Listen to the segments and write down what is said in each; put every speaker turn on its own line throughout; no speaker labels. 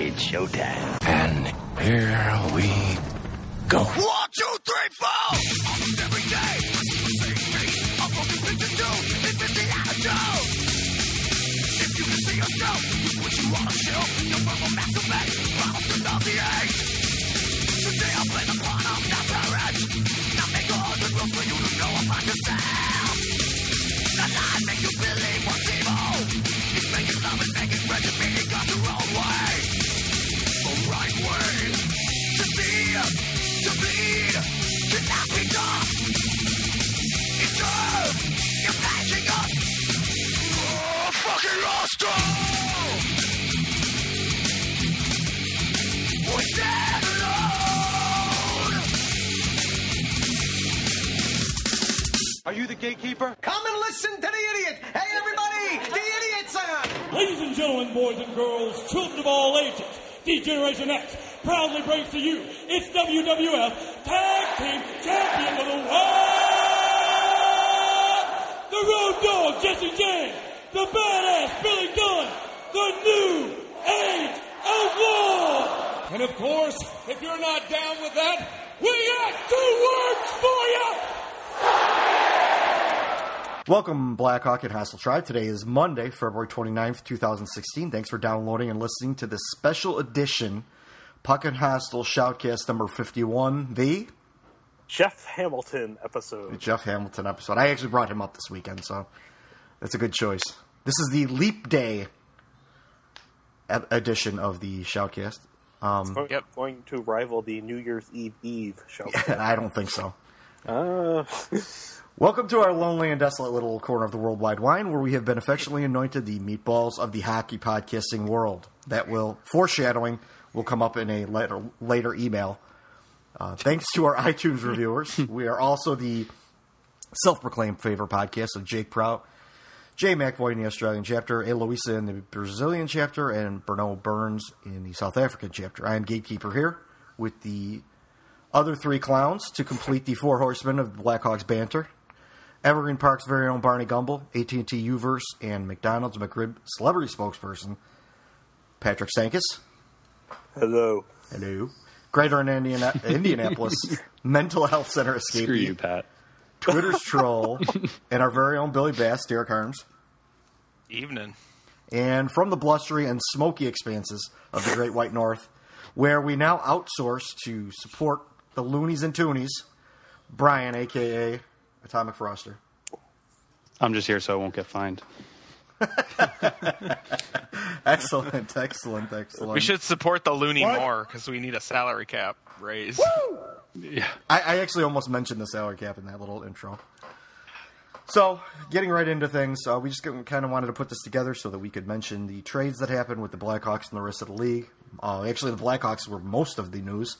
It's showtime. And here we go.
One, two, three, four! Every day, same thing. I'm fucking thing to do. It's just the attitude. If you can see yourself, you what you wanna show. You're from a massive age, from the naughty age. Today I've been upon of the parents. Nothing good the room for you to know about yourself. The lie make you believe what's evil. It's making love and making friends and meaning got the wrong way. The right way. To be, to bleed, cannot be done. It's true. You're making us. Oh, fucking lost all. We stand alone.
Are you the gatekeeper?
Come and listen to the idiot. Hey, everybody, the idiot sound.
Ladies and gentlemen, boys and girls, children of all ages, D-Generation X proudly brings to you its WWF Tag Team Champion of the World, the Road Dog Jesse James, the Badass Billy Gunn, the New Age Outlaw, and of course, if you're not down with that, we got two words for you.
Welcome, Blackhawk and Hassle Tribe. Today is Monday, February 29th, 2016. Thanks for downloading and listening to this special edition Puck and Hostile Shoutcast number 51, the
Jeff Hamilton episode.
Jeff Hamilton episode. I actually brought him up this weekend, so that's a good choice. This is the Leap Day e- edition of the Shoutcast. Um,
Yep. Going to rival the New Year's Eve Eve show.
I don't think so.
Uh,
Welcome to our lonely and desolate little corner of the worldwide wine, where we have been affectionately anointed the meatballs of the hockey podcasting world. That will foreshadowing will come up in a later later email. Uh, thanks to our iTunes reviewers, we are also the self-proclaimed favorite podcast of Jake Prout, Jay McVoy in the Australian chapter, Eloisa in the Brazilian chapter, and Bruno Burns in the South African chapter. I am gatekeeper here with the other three clowns to complete the four horsemen of Blackhawks banter. Evergreen Park's very own Barney Gumble, AT&T Uverse, and McDonald's McRib celebrity spokesperson, Patrick Sankis.
Hello.
Hello. Greater in Indiana- Indianapolis Mental Health Center escapee.
Screw you, Pat.
Twitter's troll, and our very own Billy Bass, Derek Harms.
Evening.
and from the blustery and smoky expanses of the Great White North, where we now outsource to support the loonies and toonies, Brian, aka Atomic Froster.
I'm just here so I won't get fined.
Excellent, excellent, excellent.
We should support the loony more because we need a salary cap raise.
Yeah. I, I actually almost mentioned the salary cap in that little intro. So, getting right into things, uh, we just kind of wanted to put this together so that we could mention the trades that happened with the Blackhawks and the rest of the league. Uh, actually, the Blackhawks were most of the news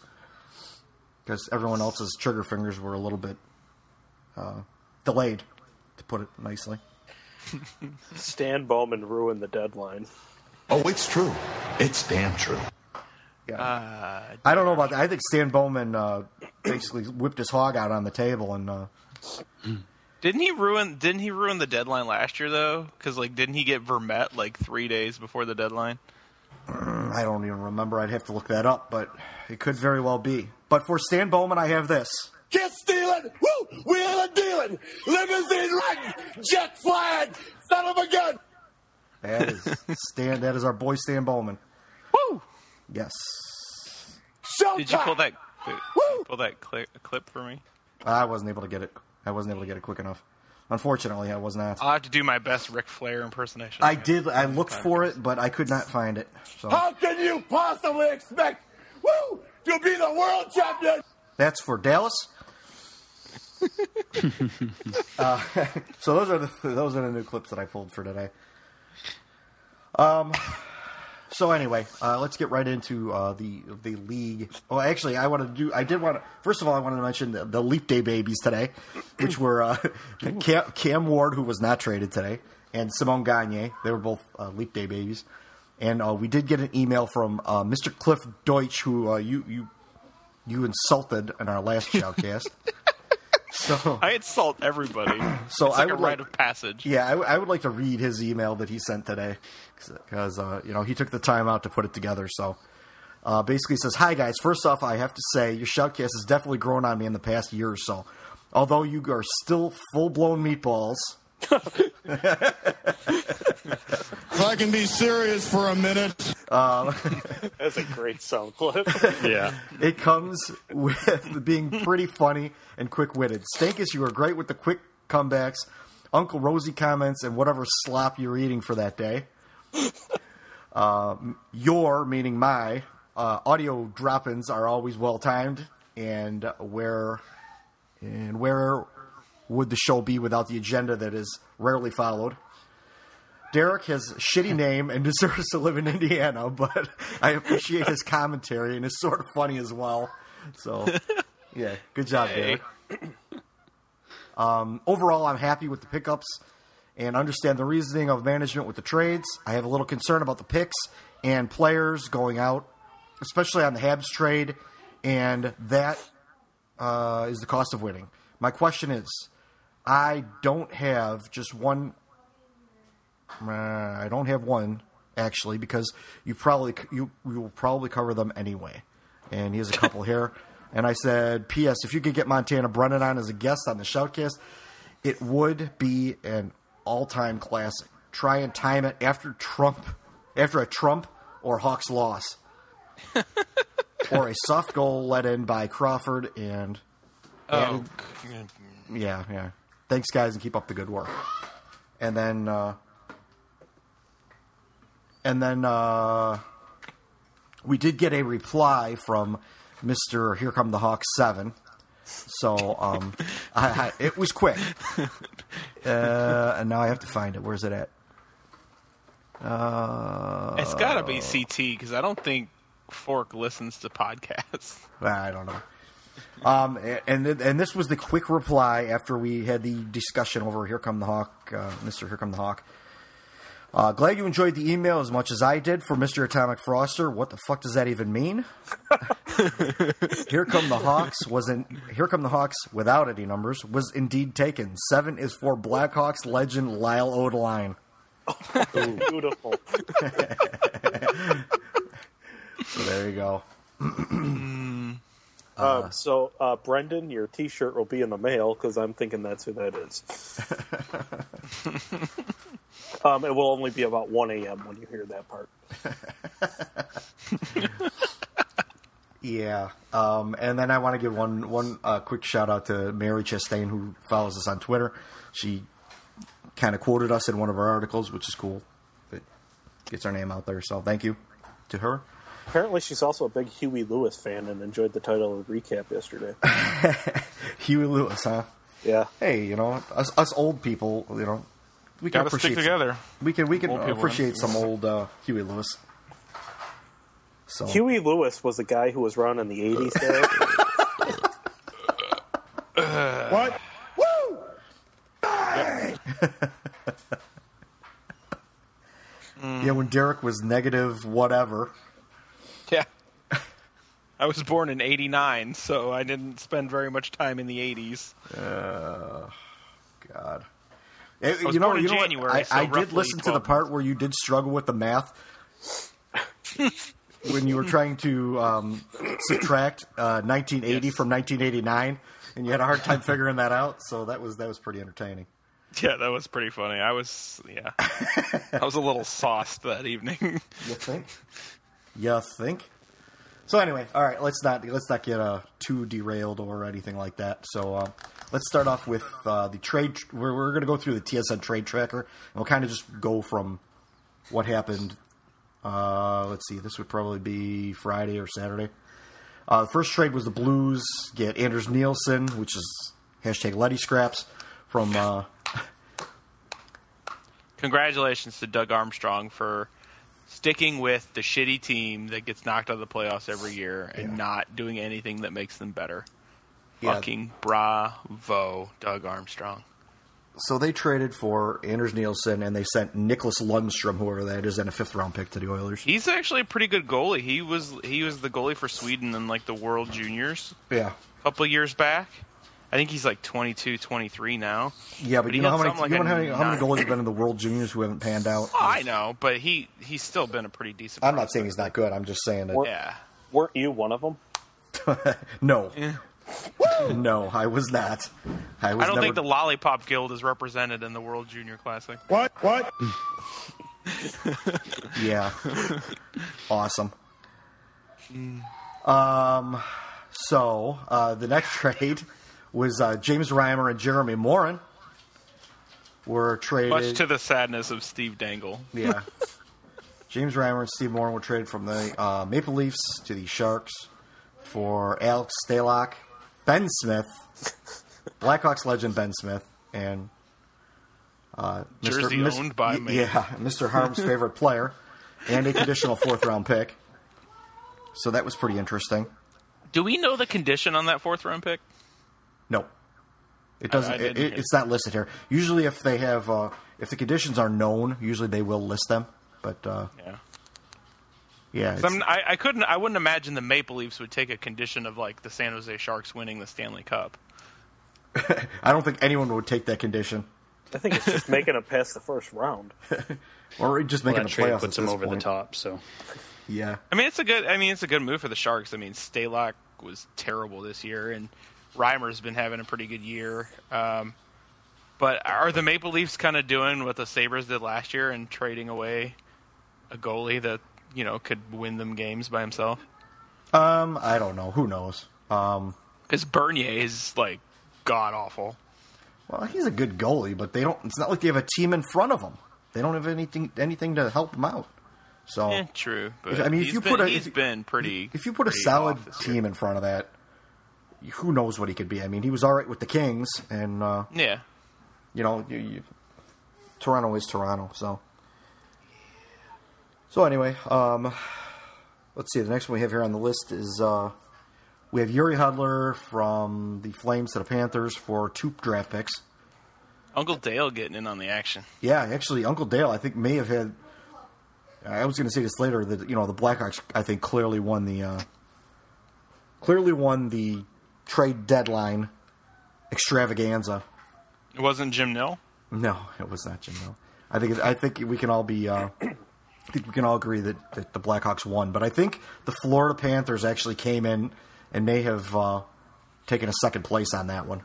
because everyone else's trigger fingers were a little bit uh, delayed, to put it nicely.
Stan Bowman ruined the deadline.
Oh, it's true.
It's damn true.
Yeah. I don't know about that. I think Stan Bowman uh, basically whipped his hog out on the table and uh,
Didn't he ruin? Didn't he ruin the deadline last year though? Because like, didn't he get Vermette like three days before the deadline?
I don't even remember. I'd have to look that up, but it could very well be. But for Stan Bowman, I have this.
Get stealing! Woo! Wheel and dealing! Limousine riding! Jet flying! Son of a gun!
That is Stan. That is our boy Stan Bowman.
Woo!
Yes.
Did you pull that? Pull that cli clip for me.
I wasn't able to get it. I wasn't able to get it quick enough. Unfortunately, I was not.
I'll have to do my best Ric Flair impersonation.
I did. I looked for it, but I could not find it. So
How can you possibly expect, woo, to be the world champion?
that's for Dallas. uh, so those are the those are the new clips that I pulled for today. Um, So anyway, uh, let's get right into uh, the the league. Oh, actually, I want to do. I did want to. First of all, I wanted to mention the, the leap day babies today, which were uh, Cam, Cam Ward, who was not traded today, and Simone Gagne. They were both uh, leap day babies, and uh, we did get an email from uh, Mr. Cliff Deutsch, who uh, you you you insulted in our last shoutcast.
So I insult everybody.
So
it's like
I
a
would
rite
like-
of passage.
Yeah, I, w- I would like to read his email that he sent today because uh, you know he took the time out to put it together. So uh, basically, it says, "Hi guys. First off, I have to say your shoutcast has definitely grown on me in the past year or so. Although you are still full blown meatballs."
If I can be serious for a minute.
Um,
That's a great sound clip.
yeah.
It comes with being pretty funny and quick witted. Stankus, you are great with the quick comebacks, Uncle Rosie comments, and whatever slop you're eating for that day. Um, your, meaning my, uh, audio drop ins are always well timed, and where and where would the show be without the agenda that is rarely followed? Derek has a shitty name and deserves to live in Indiana, but I appreciate his commentary and it's sort of funny as well. So, yeah, good job,
Hey.
Derek. Um, overall, I'm happy with the pickups and understand the reasoning of management with the trades. I have a little concern about the picks and players going out, especially on the Habs trade, and that uh, is the cost of winning. My question is, I don't have just one uh, I don't have one actually because you probably you you will probably cover them anyway. And he has a couple here. And I said, "P.S. If you could get Montana Brennan on as a guest on the shoutcast, it would be an all-time classic. Try and time it after Trump, after a Trump or Hawks loss, or a soft goal let in by Crawford and
Oh,
yeah, yeah. Thanks, guys, and keep up the good work. And then, uh, and then uh, we did get a reply from Mister Here Come the Hawks Seven. So um, I, I, it was quick, uh, and now I have to find it. Where's it at? Uh,
it's got to be CT because I don't think Fork listens to podcasts.
I don't know. Um, and and this was the quick reply after we had the discussion over here come the hawk, uh, Mister here come the hawk. Uh, glad you enjoyed the email as much as I did for Mister Atomic Froster. What the fuck does that even mean? here come the hawks was in here come the hawks without any numbers was indeed taken. Seven is for Blackhawks legend Lyle Odeline.
Beautiful.
So there you go.
um, so, uh, Brendan, your T-shirt will be in the mail because I'm thinking that's who that is. um, it will only be about 1 a.m. when you hear that part.
Yeah, um, and then I want to give one one uh, quick shout out to Mary Chastain who follows us on Twitter. She kind of quoted us in one of our articles, which is cool. It gets our name out there, so thank you to her.
Apparently, she's also a big Huey Lewis fan and enjoyed the title of the recap yesterday.
Huey Lewis, huh?
Yeah.
Hey, you know us us old people, you know, we can
Gotta stick
appreciate some-
together.
we can we can
Old people,
appreciate
huh?
some old uh, Huey Lewis. So
Huey Lewis was the guy who was around in the 80s. there.
what? Woo!
Mm.
yeah, when Derek was negative whatever.
Yeah. I was born in 89, so I didn't spend very much time in the 80s.
Uh, God. Eh,
I was
you know,
born in
you know what?
January,
I,
so
I did
roughly
listen to the
12
part where you did struggle with the math when you were trying to um, subtract uh, 1980 from 1989, and you had a hard time figuring that out. So that was that was pretty entertaining.
Yeah, that was pretty funny. I was, yeah. I was a little sauced that evening.
You think? You think? So anyway, all right. Let's not let's not get uh, too derailed or anything like that. So uh, let's start off with uh, the trade. We're, we're going to go through the TSN trade tracker, and we'll kind of just go from what happened. Uh, let's see. This would probably be Friday or Saturday. Uh, the first trade was the Blues get Anders Nielsen, which is hashtag Letty Scraps from uh,
Congratulations to Doug Armstrong for sticking with the shitty team that gets knocked out of the playoffs every year and yeah. not doing anything that makes them better. Yeah. Fucking bravo, Doug Armstrong.
So they traded for Anders Nielsen and they sent Nicholas Lundstrom, whoever that is, and a fifth round pick to the Oilers.
He's actually a pretty good goalie. He was he was the goalie for Sweden in like the World Juniors.
Yeah.
A couple years back. I think he's like 22, 23 now.
Yeah, but, but you know how many, like you know how many, how many goals have been in the World Juniors who haven't panned out?
Oh, I know, but he he's still been a pretty decent.
I'm not saying he's not good. I'm just saying that.
We're, yeah,
weren't you one of them?
no, yeah. no, I was not. I, was
Eh. I don't
never...
think the Lollipop Guild is represented in the World Junior Classic.
What? What? yeah, awesome.
Hmm.
Um, so uh, the next trade was uh, James Reimer and Jeremy Morin were traded.
Much to the sadness of Steve Dangle.
yeah. James Reimer and Steve Morin were traded from the uh, Maple Leafs to the Sharks for Alex Stalock, Ben Smith, Blackhawks legend Ben Smith, and
uh, Mr. Jersey Mis- owned by me.
Yeah, Mr. Harm's favorite player, and a conditional fourth round pick. So that was pretty interesting.
Do we know the condition on that fourth round pick?
No, it doesn't. It, it, it's not listed here. Usually, if they have, uh, if the conditions are known, usually they will list them. But uh,
yeah,
yeah.
I, I, couldn't. I wouldn't imagine the Maple Leafs would take a condition of like the San Jose Sharks winning the Stanley Cup.
I don't think anyone would take that condition.
I think it's just making it past the first round,
or just making well, the playoffs.
Puts them over
point.
the top. So
yeah.
I mean, it's a good. I mean, it's a good move for the Sharks. I mean, Staylock was terrible this year, and. Reimer's been having a pretty good year. Um, but are the Maple Leafs kind of doing what the Sabres did last year and trading away a goalie that, you know, could win them games by himself?
Um, I don't know. Who knows? Um,
Because Bernier is, like, god awful.
Well, he's a good goalie, but they don't. It's not like they have a team in front of them. They don't have anything anything to help them out. So
yeah, Eh, true. But I mean, if you been, put a, he's if, been pretty.
If you put a solid team year. in front of that, who knows what he could be. I mean, he was all right with the Kings, and uh,
yeah,
you know, you, you, Toronto is Toronto. So, so anyway, um, let's see. The next one we have here on the list is uh, we have Yuri Hudler from the Flames to the Panthers for two draft picks.
Uncle Dale getting in on the action.
Yeah, actually, Uncle Dale, I think may have had. I was going to say this later that you know the Blackhawks, I think, clearly won the uh, clearly won the trade deadline extravaganza.
It wasn't Jim Nill.
No, it was not Jim Nill. I think I think we can all be uh, I think we can all agree that, that the Blackhawks won, but I think the Florida Panthers actually came in and may have uh, taken a second place on that one.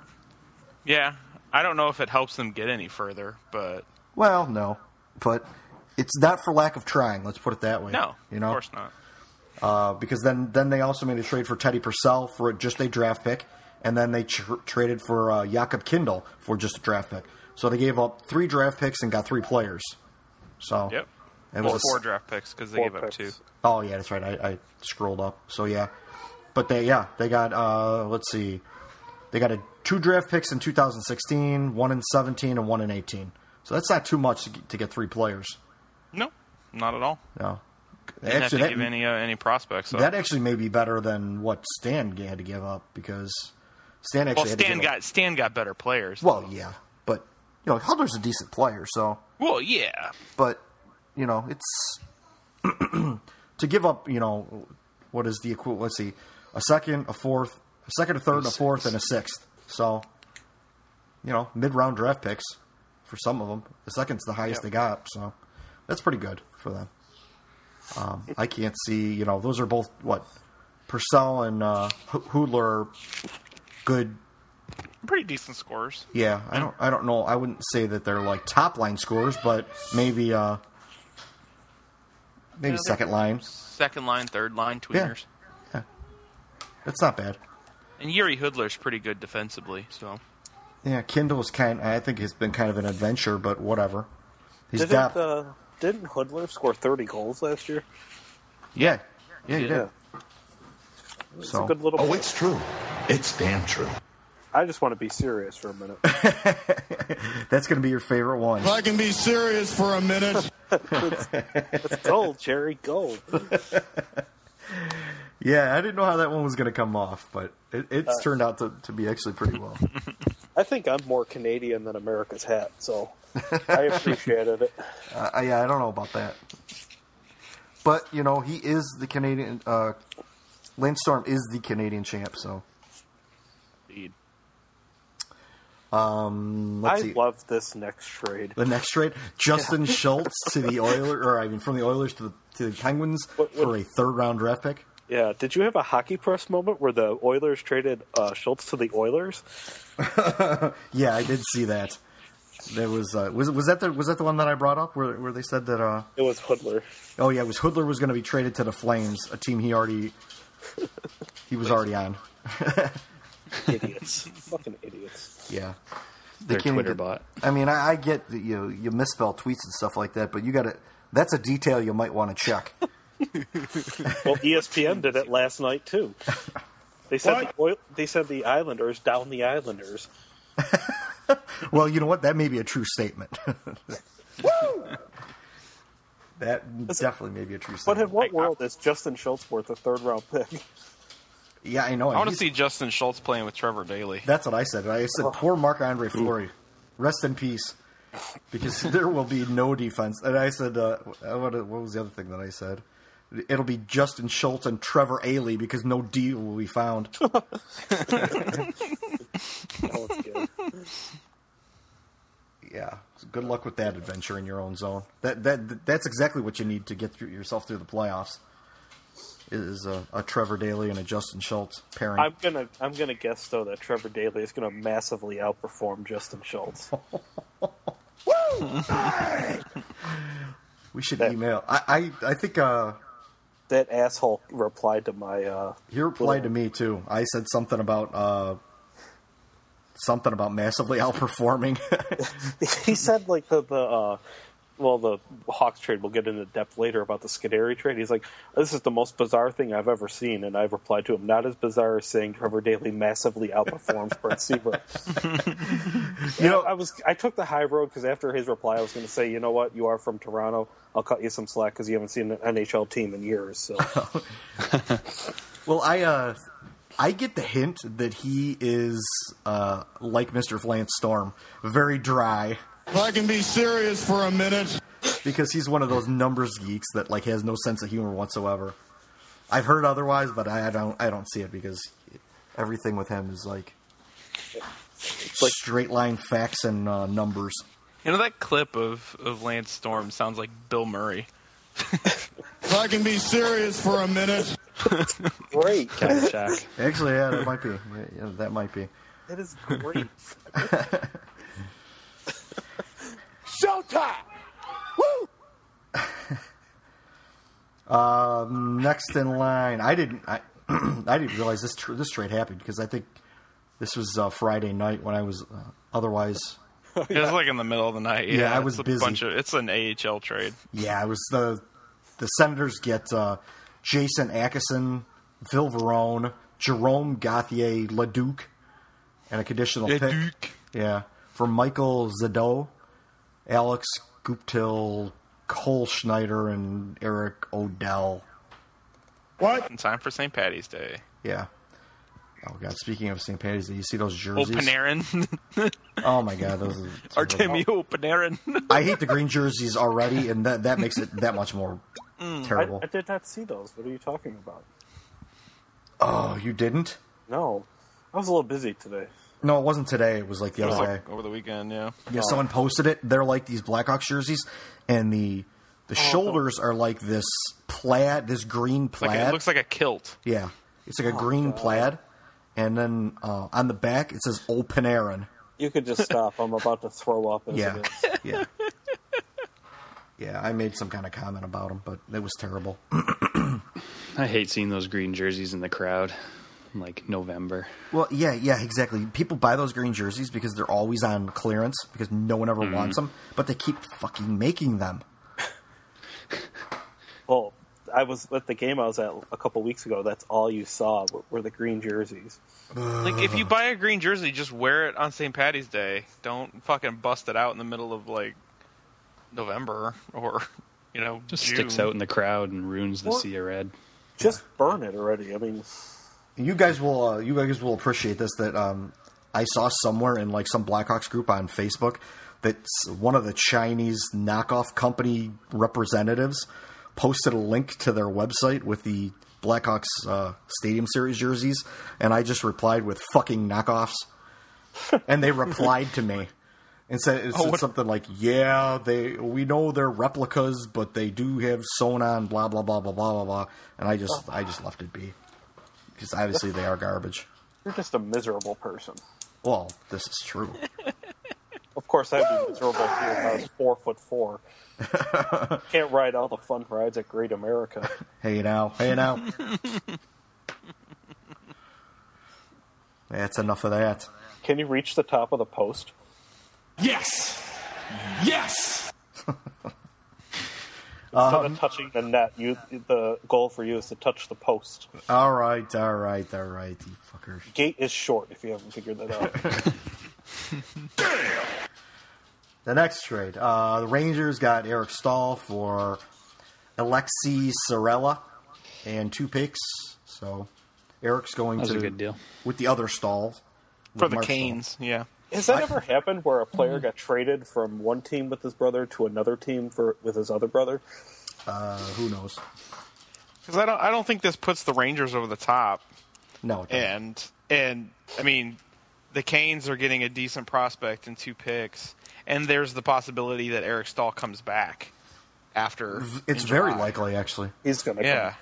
Yeah, I don't know if it helps them get any further, but
well, no, but it's not for lack of trying. Let's put it that way.
No,
you know,
of course not.
Uh, because then then they also made a trade for Teddy Purcell for just a draft pick, and then they tr- traded for uh, Jakob Kindle for just a draft pick. So they gave up three draft picks and got three players. So
yep, it was well, four s- draft picks because they gave picks. up two.
Oh yeah, that's right. I, I, scrolled up. So yeah, but they yeah they got uh, let's see, they got a, two draft picks in 2016, one in 17, and one in 18. So that's not too much to get, to get three players.
No, not at all.
No,
they didn't actually, have to that, give any uh, any prospects. So.
That actually may be better than what Stan had to give up because Stan actually.
Well, Stan got
up.
Stan got better players.
Well, though. yeah, but you know Hudler's a decent player, so.
Well, yeah,
but you know it's to give up. You know what is the equivalent? Let's see, a second, a fourth, a second, a third, and a fourth, and a sixth. So, you know, mid-round draft picks for some of them. The second's the highest yep. they got, so that's pretty good for them. Um, I can't see, you know, those are both what Purcell and uh, Hoodler, good,
pretty decent scores.
Yeah, I don't, I don't know. I wouldn't say that they're like top line scores, but maybe, uh, maybe yeah, second line,
second line, third line tweeners.
Yeah. yeah. that's not bad.
And Yuri Hoodler's pretty good defensively, so.
Yeah, Kindle's kind. I think has been kind of an adventure, but whatever.
He's Did depth. It, uh didn't Hoodler score 30 goals last year?
Yeah. Yeah, he yeah. did.
It's so. a good little
oh, it's true. It's damn true.
I just want to be serious for a minute.
That's going to be your favorite one.
If I can be serious for a minute.
that's, that's gold, Jerry. Gold.
yeah, I didn't know how that one was going to come off, but it, it's uh, turned out to, to be actually pretty well.
I think I'm more Canadian than America's hat, so I appreciated it.
Uh, yeah, I don't know about that, but you know, he is the Canadian. Uh, Landstorm is the Canadian champ, so.
Indeed.
Um, I see.
love this next trade.
The next trade, Justin yeah. Schultz to the Oilers, or I mean, from the Oilers to the, to the Penguins what, what, for a third round draft pick.
Yeah, did you have a hockey press moment where the Oilers traded uh, Schultz to the Oilers?
yeah, I did see that. There was uh, was was that the was that the one that I brought up where where they said that uh,
it was Hoodler.
Oh yeah, it was Hoodler was going to be traded to the Flames, a team he already he was already on.
idiots, fucking idiots.
Yeah,
they their Twitter get, bot.
I mean, I, I get that you know, you misspell tweets and stuff like that, but you got to. That's a detail you might want to check.
well, E ESPN did it last night too. They said the oil, they said the Islanders down the Islanders.
well, you know what? That may be a true statement. That That's definitely may be a true
statement. But in what world is Justin Schultz worth a third round pick?
Yeah, I know.
I want to see Justin Schultz playing with Trevor Daly.
That's what I said. I said, oh. poor Mark Andre Fleury. Rest in peace. Because there will be no defense. And I said, uh, what was the other thing that I said? It'll be Justin Schultz and Trevor Ailey because no D will be found. yeah. So good luck with that adventure in your own zone. That that that's exactly what you need to get through, yourself through the playoffs. Is a, a, Trevor Daly and a Justin Schultz pairing.
I'm gonna I'm gonna guess though that Trevor Daly is gonna massively outperform Justin Schultz.
we should that, email. I I, I think uh,
that asshole replied to my. Uh,
he replied little... to me too. I said something about. Uh, something about massively outperforming.
he said like the the uh, well the Hawks trade. We'll get into depth later about the Scuderi trade. He's like, this is the most bizarre thing I've ever seen, and I've replied to him, not as bizarre as saying Trevor Daly massively outperforms Brent Seabrook. you know, I was I took the high road because after his reply, I was going to say, you know what, you are from Toronto. I'll cut you some slack because you haven't seen an NHL team in years. So.
well, I. Uh... I get the hint that he is uh, like Mr. Flance Storm, very dry.
If I can be serious for a minute.
Because he's one of those numbers geeks that like has no sense of humor whatsoever. I've heard otherwise, but I don't. I don't see it because everything with him is like, like straight line facts and uh, numbers.
You know that clip of of Lance Storm sounds like Bill Murray.
if I can be serious for a minute.
great.
Cat Shack.
Actually, yeah, that might be. Yeah, that might be.
That is great.
Showtime! Woo!
Um, next in line, I didn't. I, I didn't realize this tr- this trade happened because I think this was uh, Friday night when I was uh, otherwise
Oh, yeah. It was like in the middle of the night. Yeah, yeah I was busy. Bunch of, it's an AHL trade.
Yeah, it was the the Senators get uh, Jason Ackerson, Phil Verone, Jerome Gauthier, Leduc, and a conditional
Le
pick.
Duke.
Yeah, for Michael Zadeau, Alex Guptil, Cole Schneider, and Eric Odell.
What?
In time for St. Patty's Day.
Yeah. Oh god! Speaking of St. Patty's, Day, you see those jerseys?
Oh, Panarin.
oh my god, those are
Artemio Panarin.
I hate the green jerseys already, and that that makes it that much more mm, terrible.
I, I, did not see those. What are you talking about?
Oh, you didn't?
No, I was a little busy today.
No, it wasn't today. It was like the
it
other
like
day,
over the weekend. Yeah,
yeah. Oh. Someone posted it. They're like these Blackhawks jerseys, and the the oh, shoulders oh. are like this plaid, this green plaid.
Like a, it looks like a kilt. Oh,
Yeah, it's like a green god. plaid and then uh, on the back it says "Old Panarin."
You could just stop. I'm about to throw up.
yeah, yeah, yeah. I made some kind of comment about him, but it was terrible.
I hate seeing those green jerseys in the crowd, in like November.
Well, yeah, yeah, exactly. People buy those green jerseys because they're always on clearance because no one ever mm.
Mm-hmm.
wants them, but they keep fucking making them.
well, I was at the game I was at a couple weeks ago. That's all you saw were, were the green jerseys.
Like if you buy a green jersey, just wear it on St. Patty's Day. Don't fucking bust it out in the middle of like November or you know
just
June.
sticks out in the crowd and ruins the
Well,
sea of red.
Just burn it already. I mean,
You guys will uh, you guys will appreciate this that um, I saw somewhere in like some Blackhawks group on Facebook that s- one of the Chinese knockoff company representatives posted a link to their website with the Blackhawks uh, Stadium Series jerseys, and I just replied with "fucking knockoffs," and they replied to me and said, it
Oh,
said
what-
something like, "Yeah, they we know they're replicas, but they do have sewn on blah blah blah blah blah blah blah," and I
Oh.
just I just left it be because obviously they are garbage.
you're just a miserable person.
Well, this is true.
Of course, I'd be miserable too if I was four foot four. Can't ride all the fun rides at Great America.
Hey now, hey now. That's enough of that.
Can you reach the top of the post?
Yes! Yes!
Instead
Um,
of touching the net, you the goal for you is to touch the post.
All right, all right, all right, you fuckers.
Gate is short if you haven't figured that out.
The next trade, uh, the Rangers got Eric Stahl for Alexi Sorella and two picks. So Eric's going
That was
to
a good deal.
with the other Stahl
for
with
the
Mark Stahl.
Canes. Yeah,
Has that ever happened where a player
Mm-hmm.
got traded from one team with his brother to another team for with his other brother?
Uh, who knows?
because I don't I don't think this puts the Rangers over the top.
No, it doesn't.
and and I mean, the Canes are getting a decent prospect and two picks, and there's the possibility that Eric Stahl comes back after.
it's
in
very
July.
likely actually.
He's gonna come-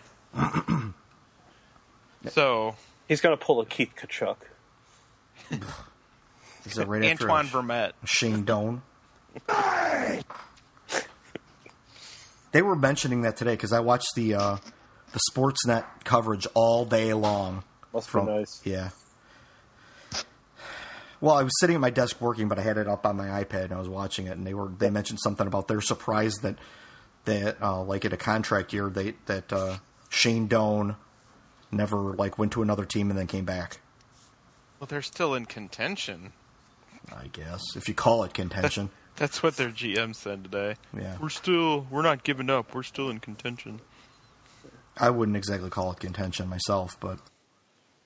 Yeah. so
he's gonna pull a Keith Kachuk.
Is it right after
Antoine Vermette.
Shane Doan. they were mentioning that today because I watched the uh, the Sportsnet coverage all day long.
Must be nice.
Yeah. Well, I was sitting at my desk working, but I had it up on my iPad and I was watching it. And they were they mentioned something about they're surprised that that uh, like in a contract year they that uh, Shane Doan never like went to another team and then came back.
Well, they're still in contention.
I guess if you call it contention.
That's what their GM said today.
Yeah.
We're still we're not giving up. We're still in contention.
I wouldn't exactly call it contention myself, but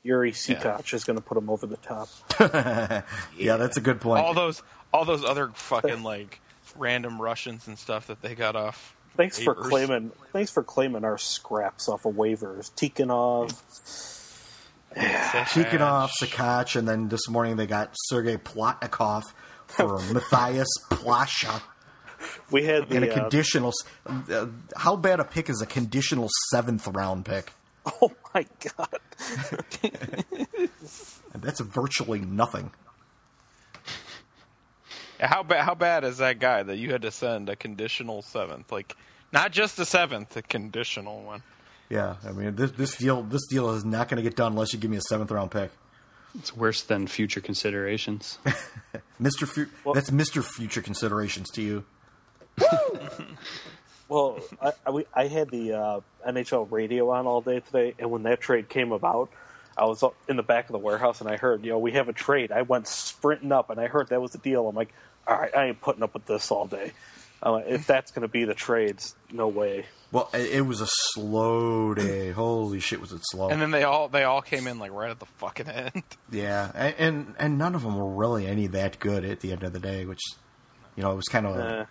Yuri Sikoch is gonna put him over the top.
yeah. that's a good point.
all those all those other fucking like random Russians and stuff that they got off.
Thanks for
waivers.
claiming. Thanks for claiming our scraps off of waivers. Tikhonov.
Tikhonov, Sakach, and then this morning they got Sergei Plotnikov for Matthias Plasha
We had the
in a
uh,
conditional. s- Uh, how bad a pick is a conditional seventh round pick?
Oh my god!
That's virtually nothing.
How bad? How bad is that guy that you had to send a conditional seventh? Like, not just a seventh, a conditional one.
Yeah, I mean this this deal this deal is not going to get done unless you give me a seventh round pick,
It's worse than future considerations.
Mister. Fu- that's Mister. Future considerations to you.
Well, I, I, we, I had the uh, NHL radio on all day today, and when that trade came about, I was up in the back of the warehouse and I heard, you know, we have a trade. I went sprinting up and I heard that was the deal. I'm like, all right, I ain't putting up with this all day. I'm like, if that's going to be the trades, no way.
Well, it it was a slow day. Holy shit, was it slow?
And then they all they all came in like right at the fucking end.
Yeah, a- and and none of them were really any that good at the end of the day, which you know it was kind of
Uh,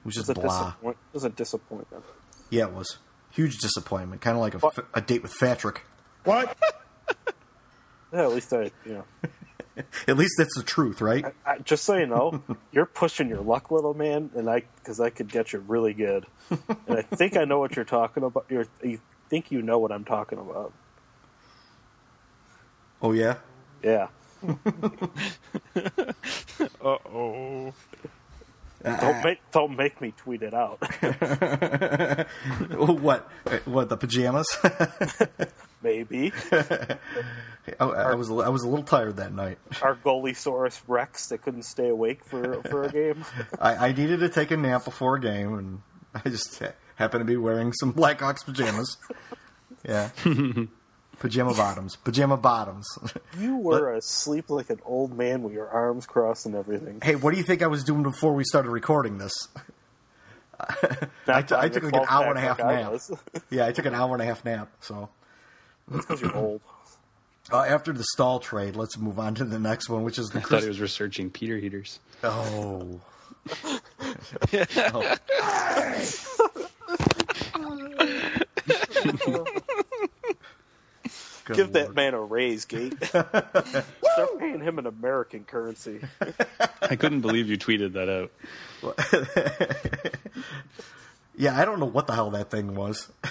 it was
It was,
just
a
blah.
disappoint- it was a disappointment.
yeah, it was huge disappointment, kind of like a, f- a date with Fatrick.
What? yeah, at least I, you know.
At least that's the truth, right?
I, just so you know, you're pushing your luck, little man, and I because I could get you really good. And I think I know what you're talking about. You're, you think you know what I'm talking about?
Oh yeah,
Yeah.
Uh oh.
Don't make don't make me tweet it out.
what what the pajamas?
Maybe
I, I was I was a little tired that night.
our goaliesaurus Rex that couldn't stay awake for for a game.
I, I needed to take a nap before a game, and I just happened to be wearing some Blackhawks pajamas. yeah. Pajama bottoms. Pajama bottoms.
You were but, asleep like an old man with your arms crossed and everything.
Hey, what do you think I was doing before we started recording this? I, t- I took like an hour and a half nap. yeah, I took an hour and a half nap. So
because you're old.
Uh, after the stall trade, let's move on to the next one, which is the.
I thought he was researching Peter heaters.
Oh.
oh. Give Lord. that man a raise, Gate. Start paying him in American currency.
I couldn't believe you tweeted that
out. yeah, I don't know what the hell that thing was.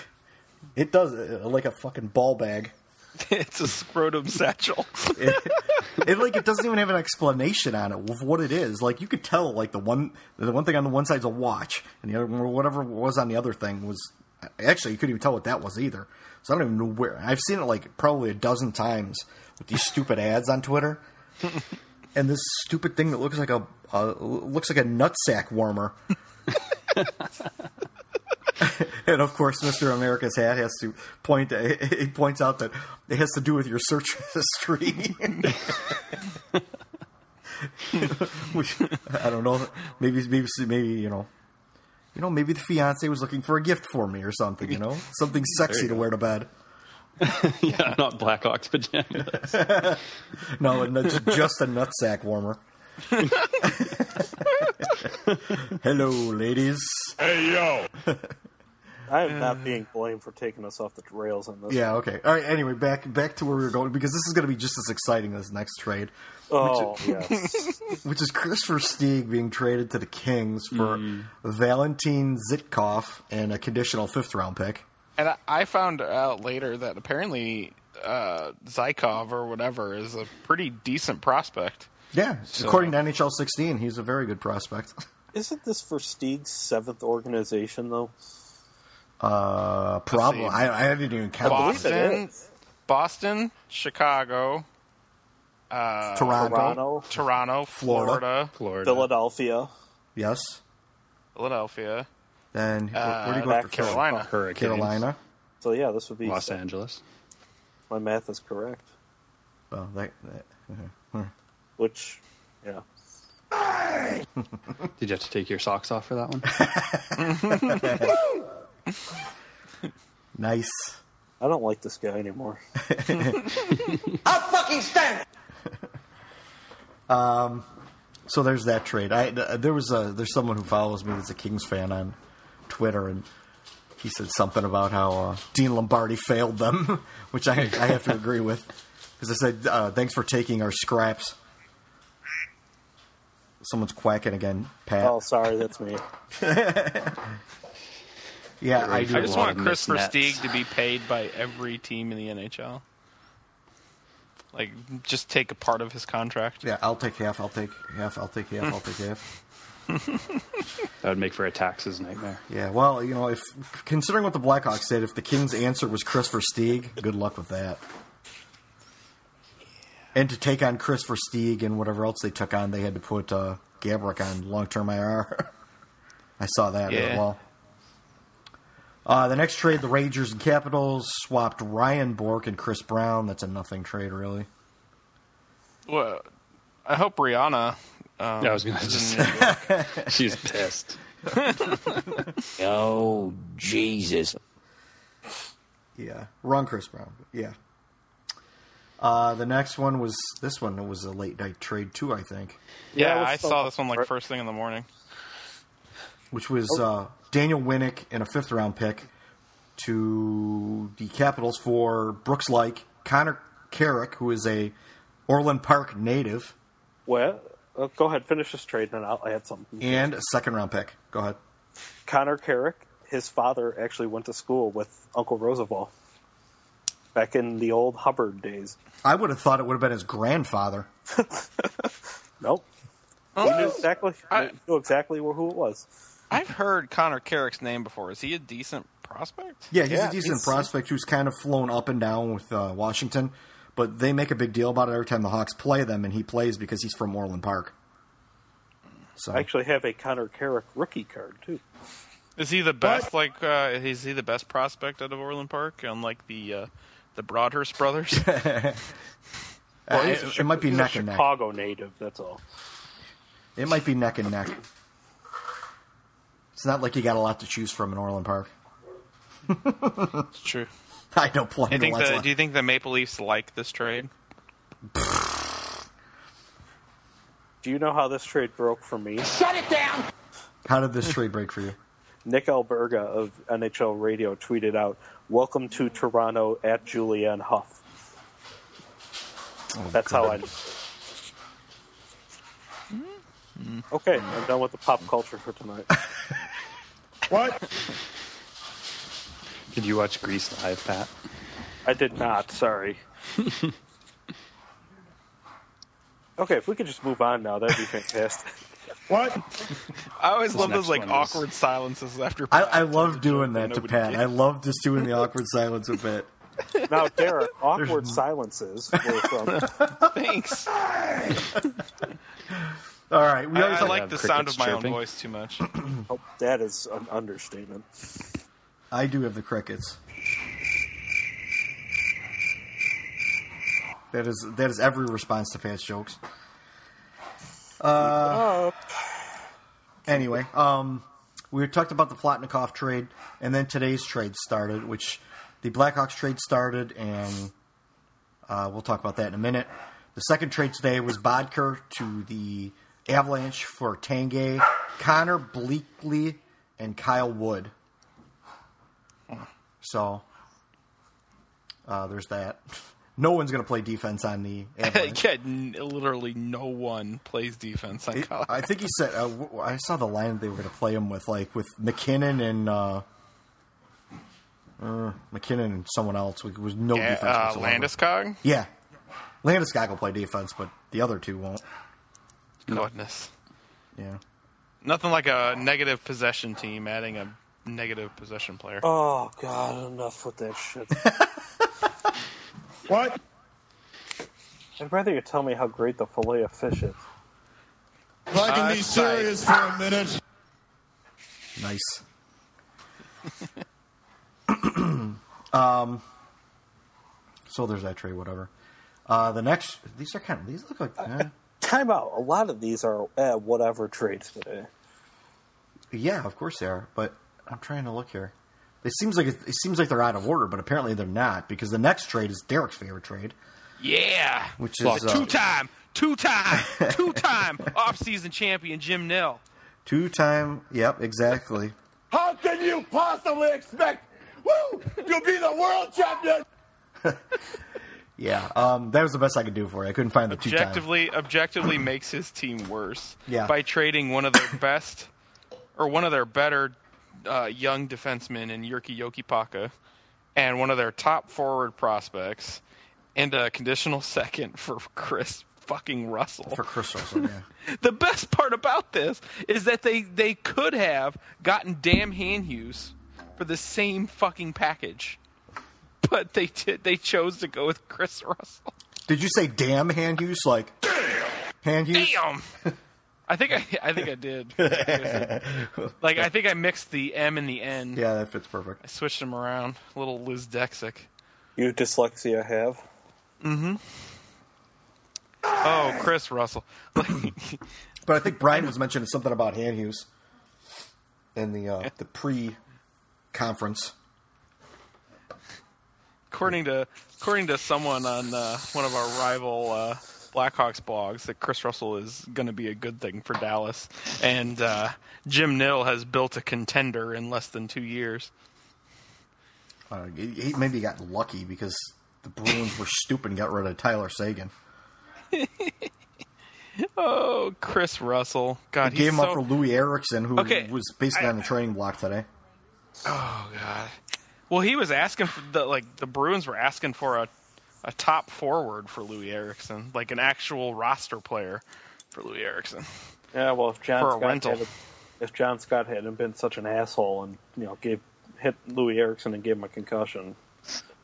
It does uh, like a fucking ball bag.
it's a scrotum satchel.
it, it, like it doesn't even have an explanation on it of what it is. Like you could tell like the one the one thing on the one side's a watch and the other whatever was on the other thing was actually you couldn't even tell what that was either. So I don't even know where I've seen it like probably a dozen times with these stupid ads on Twitter. and this stupid thing that looks like a uh, looks like a nutsack warmer. and of course, Mr. America's hat has to point. He points out that it has to do with your search history. Which I don't know. Maybe, maybe, maybe you know, you know, maybe the fiance was looking for a gift for me or something. You know, something sexy to go. wear to bed.
yeah, not Blackhawks pajamas.
no, Oh, it's just a nutsack warmer. Hello, ladies.
Hey, yo.
I am
Uh.
not being blamed for taking us off the rails on this.
Yeah, okay. All right. Anyway, back back to where we were going because this is going to be just as exciting as next trade.
Oh, which, yes.
Which is Christopher Stieg being traded to the Kings for mm. Valentin Zitkov and a conditional fifth round pick.
And I found out later that apparently uh, Zykov or whatever is a pretty decent prospect.
Yeah, so. according to NHL 16, he's a very good prospect.
Isn't this for Stieg's seventh organization though?
Uh, probably. I, I, didn't even count.
Boston, Boston, Chicago, uh,
Toronto,
Toronto,
Toronto Florida, Florida,
Florida,
Philadelphia.
Yes,
Philadelphia.
Then uh, where do you go after
Carolina?
Hurricanes.
Carolina.
So yeah, this would be
Los seven. Angeles.
My math is correct.
Oh, that. that uh-huh.
Which, yeah.
Did you have to take your socks off for that one?
nice.
I don't like this guy anymore.
I fucking stank.
Um, so there's that trade. I uh, there was a there's someone who follows me that's a Kings fan on Twitter, and he said something about how uh, Dean Lombardi failed them, which I I have to agree with because I said uh, thanks for taking our scraps someone's quacking again, Pat.
Oh, sorry, that's me.
yeah, I, I
just want Christopher Stieg to be paid by every team in the NHL. Like, just take a part of his contract.
Yeah, I'll take half. I'll take half. I'll take half. I'll take half.
that would make for a taxes nightmare.
Yeah, well, you know, if considering what the Blackhawks said, if the King's answer was Christopher Stieg, good luck with that and to take on Christopher Stieg and whatever else they took on, they had to put uh, Gabrick on long term IR. I saw that yeah. as well. Uh, the next trade, the Rangers and Capitals swapped Ryan Bork and Chris Brown. That's a nothing trade, really.
Well, I hope Rihanna. Um,
yeah, I was going to just. she's pissed.
oh Jesus!
Yeah, wrong Chris Brown. Yeah. Uh, the next one was this one was a late night trade too, I think.
Yeah, yeah I so saw this one like first thing in the morning.
Which was
Oh.
uh, Daniel Winnick and a fifth round pick to the Capitals for Brooks Like Connor Carrick, who is a Orland Park native.
Well, uh, go ahead, finish this trade, and I'll add something.
And a second round pick. Go ahead.
Connor Carrick, his father actually went to school with Uncle Roosevelt back in the old Hubbard days.
I would have thought it would have been his grandfather.
nope. Oh, he knew exactly, I, knew exactly who it was.
I've heard Connor Carrick's name before. Is he a decent prospect?
Yeah, he's yeah, a decent he's, prospect who's kind of flown up and down with uh, Washington, but they make a big deal about it every time the Hawks play them, and he plays because he's from Orland Park.
So I actually have a Connor Carrick rookie card, too.
Is he the best? What? Like, uh, is he the best prospect out of Orland Park? Unlike the uh, the Broadhurst brothers.
Well,
Uh,
he's a
it,
Chi-
it might be
he's
neck
a
and neck.
Chicago native. That's all.
It might be neck and neck. It's not like you got a lot to choose from in Orland Park.
It's true.
I know plenty.
Do you think
of lots
the
left.
Do you think the Maple Leafs like this trade?
Do you know how this trade broke for me?
it down!
How did this trade break for you?
Nick Alberga of NHL Radio tweeted out, "Welcome to Toronto at Julianne Huff."
Oh,
That's how I. Mm-hmm. Okay, I'm done with the pop culture for tonight.
what?
Did you watch Grease live, Pat?
I did not. Sorry. okay, if we could just move on now, that'd be fantastic.
What?
I always
This
love
next
those
one
like
is-
awkward silences after.
I, I love doing that to
nobody
Pat.
did.
I love just doing the awkward silence with Pat.
now, Derek, awkward silences were from
Thanks.
All right, we
I,
always
I like the sound of my own voice too much.
Oh, that is an understatement.
I do have the crickets. That is that is every response to Pat's jokes. Uh, anyway, um, we talked about the Plotnikov trade, and then today's trade started, which the Blackhawks trade started, and uh, we'll talk about that in a minute. The second trade today was Bodker to the Avalanche for Tanguay, Connor Bleakley, and Kyle Wood. So uh, there's that. No one's going to play defense on the Avalanche.
yeah, n- literally no one plays defense on college.
I think he said uh, w- I saw the line that they were going to play him with, like with McKinnon and uh, uh, McKinnon and someone else. Like, It was no
Yeah,
defense
uh,
whatsoever.
Landeskog?
Yeah, Landeskog will play defense, but the other two won't.
Goodness.
Yeah.
Nothing like a negative possession team adding a negative possession player.
Oh God, enough with that shit.
what?
I'd rather you tell me how great the fillet of fish is.
If I can
Uh,
be
it's
serious for a minute.
Nice. um, so there's that trade. Whatever. Uh, the next, these are kind of these look like. eh.
Time out. A lot of these are eh, whatever trades today.
Yeah, of course they are. But I'm trying to look here. It seems like it, it seems like they're out of order, but apparently they're not because the next trade is Derek's favorite trade.
Yeah,
Which is, uh,
two time, two time, two time off season champion Jim Nell.
Two time. Yep, exactly.
How can you possibly expect woo, to be the world champion?
Yeah. Um, that was the best I could do for you. I couldn't find the two time.
Objectively, objectively makes his team worse
Yeah.
by trading one of their best or one of their better uh, young defensemen in Yurki Yokipaka and one of their top forward prospects and a conditional second for Chris fucking Russell.
For Chris Russell, yeah.
the best part about this is that they they could have gotten damn Hughes for the same fucking package, but they did. They chose to go with Chris Russell.
Did you say damn hand use? Like hand use?
Damn. I think I, I think I did. like I think I mixed the M and the N.
Yeah, that fits perfect.
I switched them around. A little Liz Dexic.
You dyslexia have?
Mm-hmm. Oh, Chris Russell.
But I think Brian was mentioning something about hand use in the uh, the pre conference.
according to according to someone on uh, one of our rival uh, Blackhawks blogs, that Chris Russell is going to be a good thing for Dallas, and uh, Jim Nill has built a contender in less than two years.
Uh, he he maybe got lucky because the Bruins were stupid and got rid of Tyler Sagan.
Oh, Chris Russell! God,
he gave
he's
him
so...
up for Louis Erickson, who
Okay,
was basically on the training block today.
Oh God. Well, he was asking for the like the Bruins were asking for a a top forward for Louis Erickson, like an actual roster player for Louis Erickson.
Yeah. Well, if John
For a
Scott
rental.
Hadn't, if John Scott hadn't been such an asshole and you know gave hit Louis Erickson and gave him a concussion,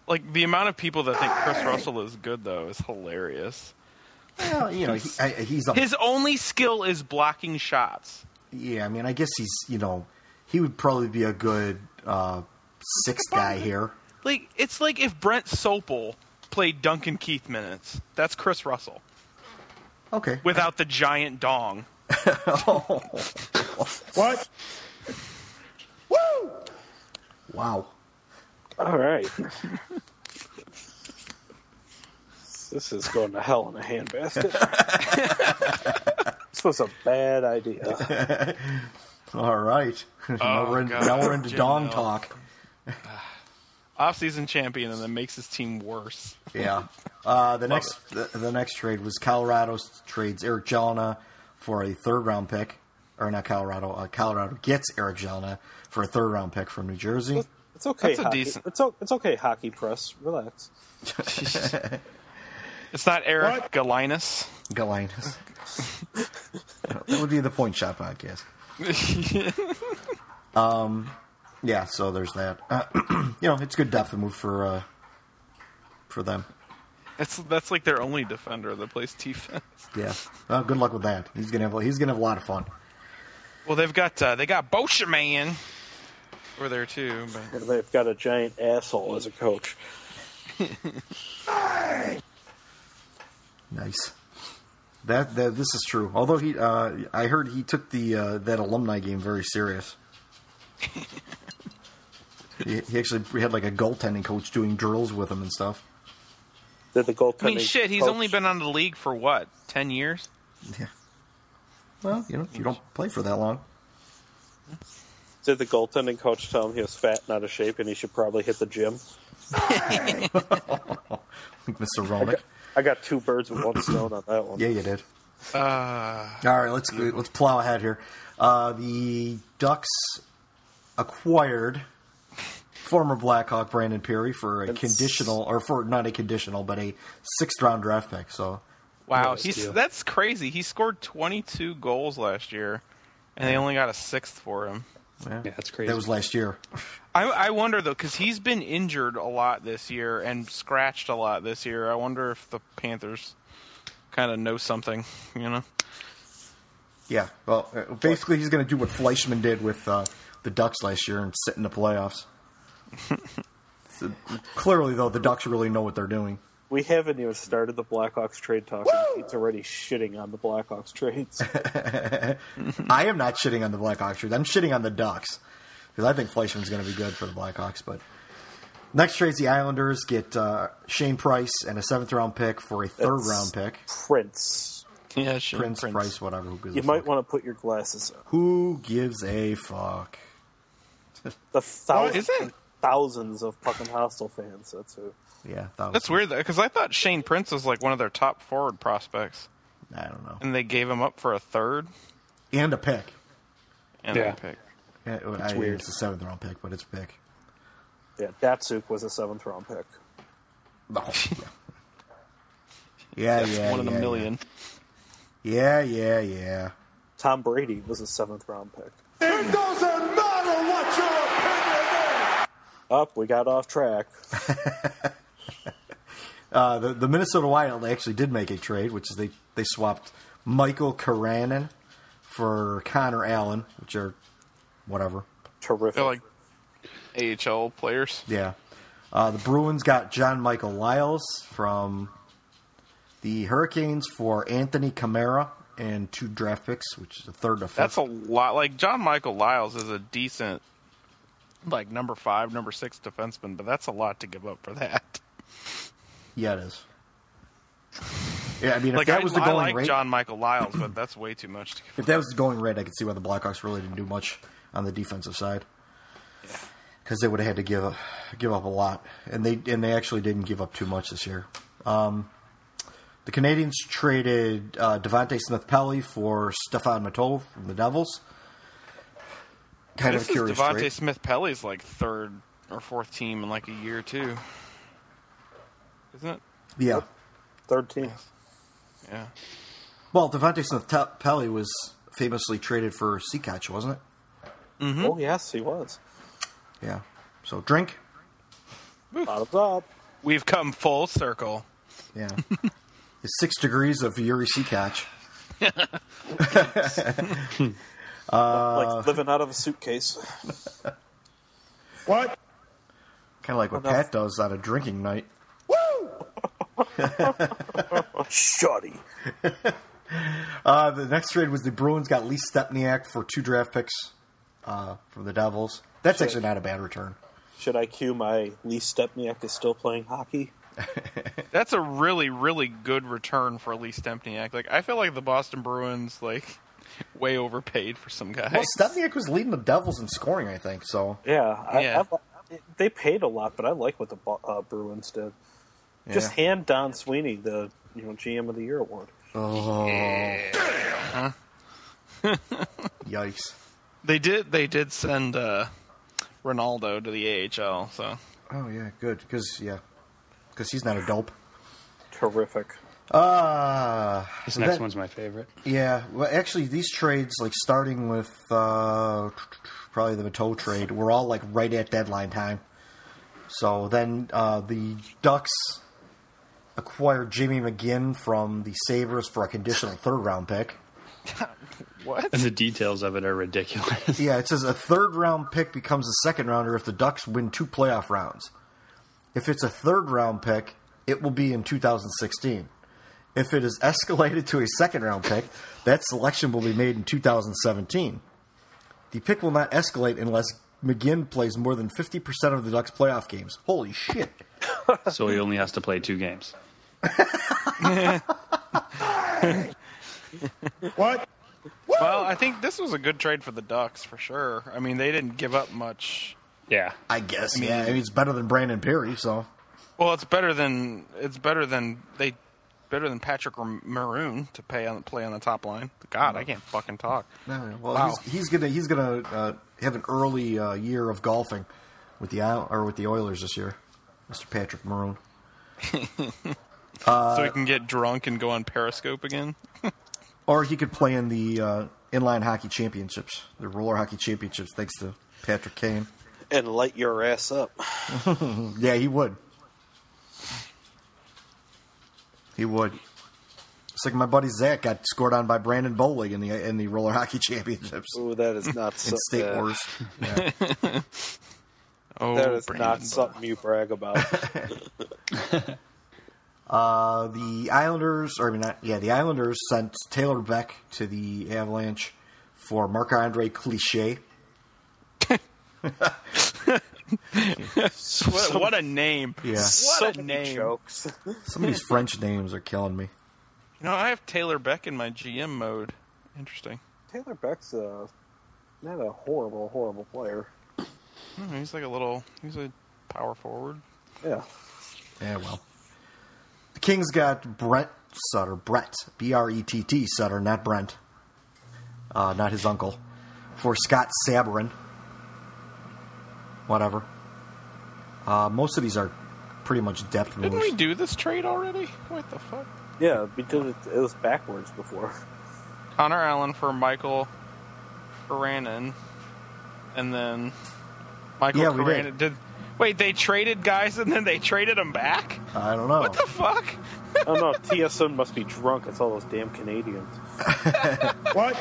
Like the amount of people that think Chris Russell is good though is hilarious.
Well, you know, he, I, he's a,
His only skill is blocking shots.
yeah. I mean, I guess he's you know he would probably be a good uh, sixth guy here.
Like it's like if Brent Sopel played Duncan Keith minutes. That's Chris Russell.
Okay.
Without the giant dong.
oh.
What?
Woo! Wow.
All right. this is going to hell in a handbasket. this was a bad idea.
All right. Oh, now, we're in, now, we're into Jim dong Hill. talk.
Off-season champion, and then makes his team worse.
yeah. Uh, the Love next the, the, next trade was Colorado trades Eric Jelena for a third round pick, or not Colorado. Uh, Colorado gets Eric Jelena for a third round pick from New Jersey.
It's, it's okay. That's hockey. a decent. It's, it's okay. Hockey press, relax.
It's not Eric what? Galinus.
Galinus. that would be the Point Shot podcast. um, yeah. So there's that. Uh, you know, it's good depth move for uh, for them.
That's that's like their only defender that plays defense.
Yeah. Uh, good luck with that. He's gonna have he's gonna have a lot of fun.
Well, they've got uh, they got Boschman over there too. But...
They've got a giant asshole as a coach.
Nice. That, that this is true. Although he, uh, I heard he took the uh, that alumni game very serious. he, he, actually had like a goaltending coach doing drills with him and stuff.
Did the goaltending? I
mean, shit. He's
coach...
only been on the league for what ten years.
Yeah. Well, you know, you don't play for that long.
Did the goaltending coach tell him he was fat and out of shape and he should probably hit the gym?
Mr. Romick.
I got two birds with one stone on that one.
Yeah, you did.
Uh,
All right, let's let's plow ahead here. Uh, the Ducks acquired former Blackhawk Brandon Perry for a it's, conditional, or for not a conditional, but a sixth round draft pick. So,
wow, he's cute. that's crazy. He scored twenty two goals last year, and they only got a sixth for him.
Yeah. yeah, that's crazy.
That was last year.
I, I wonder though, because he's been injured a lot this year and scratched a lot this year. I wonder if the Panthers kind of know something, you know?
Yeah. Well, uh, basically, he's going to do what Fleischman did with uh, the Ducks last year and sit in the playoffs. so, clearly, though, the Ducks really know what they're doing.
We haven't even started the Blackhawks trade talk. It's already shitting on the Blackhawks trades.
I am not shitting on the Blackhawks trades. I'm shitting on the Ducks because I think Fleischman's going to be good for the Blackhawks. But next trades, the Islanders get uh, Shane Price and a seventh round pick for a third
That's
round pick.
Prince.
Yeah, Shane
Prince, Prince, Price, whatever. Who
gives you might fuck? want to put your glasses on.
Who gives a fuck?
Oh,
The thousands, thousands of fucking hostile fans. That's who.
Yeah,
that's weird though, because I thought Shane Prince was like one of their top forward prospects.
I don't know.
And they gave him up for a third
and a pick.
And yeah. a pick.
Yeah, it, it's I, weird. It's a seventh round pick, but it's a pick.
Yeah, Datsuk was a seventh round pick.
Oh. yeah,
That's
yeah,
one in
yeah,
a million.
Yeah. yeah, yeah, yeah.
Tom Brady was a seventh round pick.
It doesn't matter what your opinion is.
Up, we got off track.
uh, the, the Minnesota Wild actually did make a trade, which is they, they swapped Michael Karanen for Connor Allen, which are whatever.
Terrific.
They're like AHL players.
Yeah. Uh, the Bruins got John Michael Lyles from the Hurricanes for Anthony Camara and two draft picks, which is a third and a fifth.
That's a lot. Like John Michael Lyles is a decent, like number five, number six defenseman, but that's a lot to give up for that.
Yeah, it is. Yeah, I mean, if
like
that
I,
was the
I
going
like
rate,
John Michael Lyles, but that's way too much. To
if that was the going rate, I could see why the Blackhawks really didn't do much on the defensive side because they would have had to give up, give up a lot, and they and they actually didn't give up too much this year. Um, the Canadians traded uh, Devonte Smith Pelly for Stefan Matteau from the Devils. Kind
this
of curious.
Devonte Smith Pelly's like third or fourth team in like a year too, isn't it?
Yeah,
third team.
Yeah.
Well, Devonte Smith Pelly was famously traded for Seacatch, wasn't
it? Mm-hmm.
Oh yes, he was.
Yeah. So drink.
Bottoms up.
We've come full circle.
Yeah. Six degrees of Yuri Seacatch. Uh,
like living out of a suitcase.
what? Kind of like what Pat does on a drinking night.
Woo! Shoddy.
Uh, the next trade was the Bruins got Lee Stepniak for two draft picks uh, from the Devils. That's
Should-
actually not a bad return.
Should I cue my Lee Stepniak is still playing hockey?
That's a really, really good return for Lee Stempniak. Like I feel like the Boston Bruins like way overpaid for some guy.
Well, Stepniak was leading the Devils in scoring, I think. So
Yeah, I,
Yeah.
I, they paid a lot, but I like what the Bo- uh, Bruins did. Just
Yeah.
hand Don Sweeney the you know GM of the Year award.
Oh.
Huh?
Yikes!
They did. They did send uh, Ronaldo to the AHL. So
Oh yeah, good because yeah, because he's not a dope.
Terrific.
Uh,
This next
that-
one's my favorite.
Yeah, well, actually, these trades, like starting with uh, probably the Mateau trade, were all like right at deadline time. So then uh, the Ducks acquired Jimmy McGinn from the Sabres for a conditional third round pick.
What?
And the details of it are ridiculous.
Yeah, it says a third round pick becomes a second rounder if the Ducks win two playoff rounds. If it's a third round pick, it will be in 2016. If it is escalated to a second round pick, that selection will be made in 2017. The pick will not escalate unless McGinn plays more than 50% of the Ducks' playoff games. Holy shit.
so he only has to play two games.
What?
Well, I think this was a good trade for the Ducks for sure. I mean, they didn't give up much.
Yeah,
I guess, yeah, it's better than Brandon Perry, so.
Well, it's better than it's better than they better than Patrick Maroon to pay on play on the top line. God,
Mm-hmm.
I can't fucking talk.
No, well,
Wow.
he's, he's gonna he's gonna uh, have an early uh, year of golfing with the Isle- or with the Oilers this year, Mister Patrick Maroon. uh,
so he can get drunk and go on Periscope again.
or he could play in the uh, inline hockey championships, the roller hockey championships, thanks to Patrick Kane.
And light your ass up.
yeah, he would. He would. It's like my buddy Zach got scored on by Brandon Bowling in the in the roller hockey championships.
Ooh, that is not
in
so-
state
yeah.
wars. Yeah.
Oh,
that is
Brandon
not
Butler.
something you brag about.
Uh, the Islanders, or I mean, not, yeah, the Islanders sent Taylor Beck to the Avalanche for Marc Andre Cliche.
What, what a name!
Yeah.
What
So
a name!
Jokes.
Some of these French names are killing me.
You know, I have Taylor Beck in my GM mode. Interesting.
Taylor Beck's a, not a horrible, horrible player.
Hmm, he's like a little. He's a power forward.
Yeah.
Yeah, well. The Kings got Brent Sutter, Brett, B R E T T Sutter, not Brent, uh, not his uncle, for Scott Sabarin. Whatever. Uh, most of these are pretty much depth
Didn't we
moves.
do this trade already? What the fuck?
Yeah, we did it. It was backwards before.
Connor Allen for Michael Karanen, and then Michael
Yeah, we
Karanen did. Wait, they traded guys and then they traded them back?
I don't know.
What the fuck?
I don't know. TSN must be drunk. It's all those damn Canadians.
What?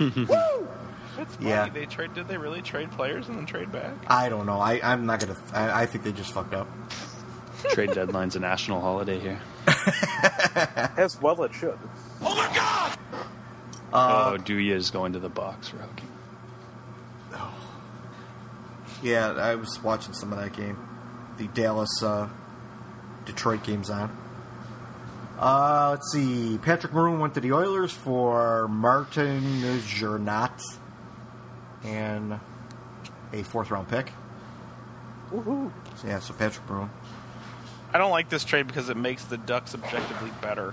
That's funny.
Yeah.
They trade. Did they really trade players and then trade back?
I don't know. I, I'm not gonna. I, I think they just fucked up.
Trade deadline's a national holiday here.
As well, it should.
Uh,
oh, Duya is going to the box, Rocky.
Oh. Yeah, I was watching some of that game. The Dallas uh, Detroit game's on. Uh, let's see. Patrick Maroon went to the Oilers for Martin Jernat and a fourth round pick.
Woohoo!
So, yeah, so Patrick Maroon.
I don't like this trade because it makes the Ducks objectively better.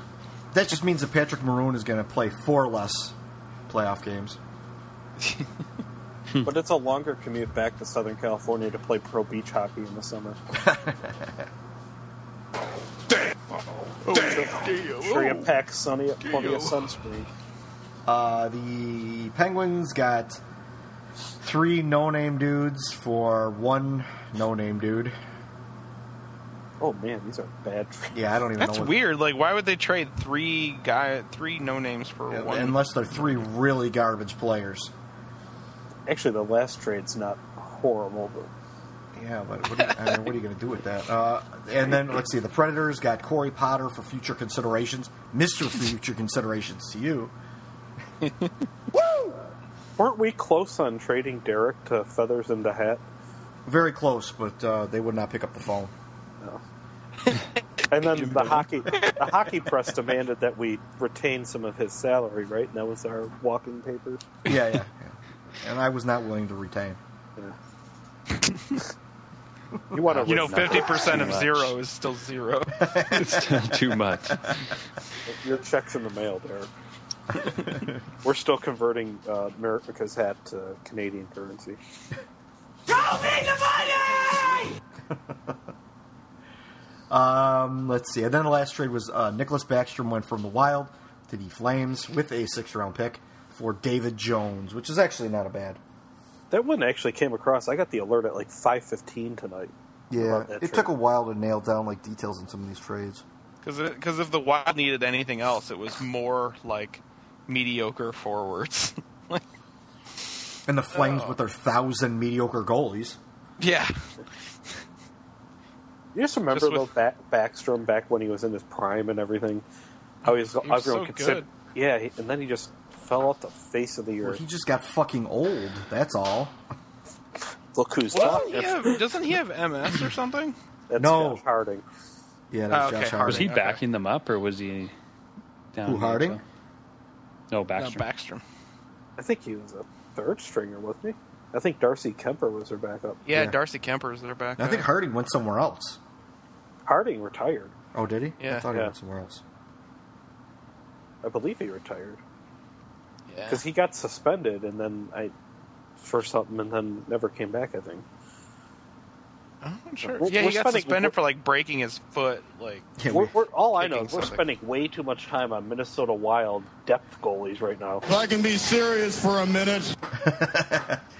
That just means that Patrick Maroon is going to play four less playoff games.
but it's a longer commute back to Southern California to play pro beach hockey in the summer. Oh, damn! Sure you pack sunny up plenty of sunscreen.
Uh, the Penguins got three no name dudes for one no name dude.
Oh man, these are bad. tra-
Yeah, I don't even
That's
know. what-
weird. Like, why would they trade three guy, three no names for one?
Unless they're three really garbage players.
Actually, the last trade's not horrible, but
yeah, but what are you, I mean, what are you going to do with that? Uh, and then let's see. The Predators got Corey Potter for future considerations. Mister Future Considerations to you.
Woo! Weren't we close on trading Derek to feathers into hat?
Very close, but uh, they would not pick up the phone.
No. and then the hockey, the hockey press demanded that we retain some of his salary, right? And that was our walking papers.
Yeah, yeah, yeah. And I was not willing to retain. Yeah.
You want to?
You know, fifty percent of zero is still zero.
it's still too much.
Your check's in the mail, Derek. We're still converting uh, America's hat to Canadian currency.
Show me the money!
um, let's see. And then the last trade was uh, Nicholas Backstrom went from the Wild to the Flames with a sixth-round pick for David Jones, which is actually not a bad
that one actually came across. I got the alert at like five fifteen tonight.
Yeah, it trade. took a while to nail down like details in some of these trades.
Because if the Wild needed anything else, it was more like mediocre forwards. like,
and the Flames uh, with their thousand mediocre goalies.
Yeah.
you just remember just with, though back, Backstrom back when he was in his prime and everything. How he was, he was everyone so considered. Yeah, he, and then he just fell off the face of the earth. Well,
he just got fucking old. That's all.
Look who's
well, talking. He have, doesn't he have MS or something?
That's no, Josh Harding.
Yeah, that's oh, Josh okay. Harding.
Was he backing okay. them up, or was he down?
Who Harding? Himself?
No, Backstrom.
No, Backstrom.
I think he was a third stringer, wasn't he? I think Darcy Kemper was their backup.
Yeah, yeah. Darcy Kemper was their backup.
I think Harding went somewhere else.
Harding retired.
Oh, did he?
Yeah.
I thought he
yeah.
went somewhere else.
I believe he retired because he got suspended and then I for something and then never came back. I think.
I'm not sure. We're, yeah, we're he got spending, suspended for like breaking his foot. Like,
yeah, we're, we're, all I know is something. we're spending way too much time on Minnesota Wild depth goalies right now.
If I can be serious for a minute.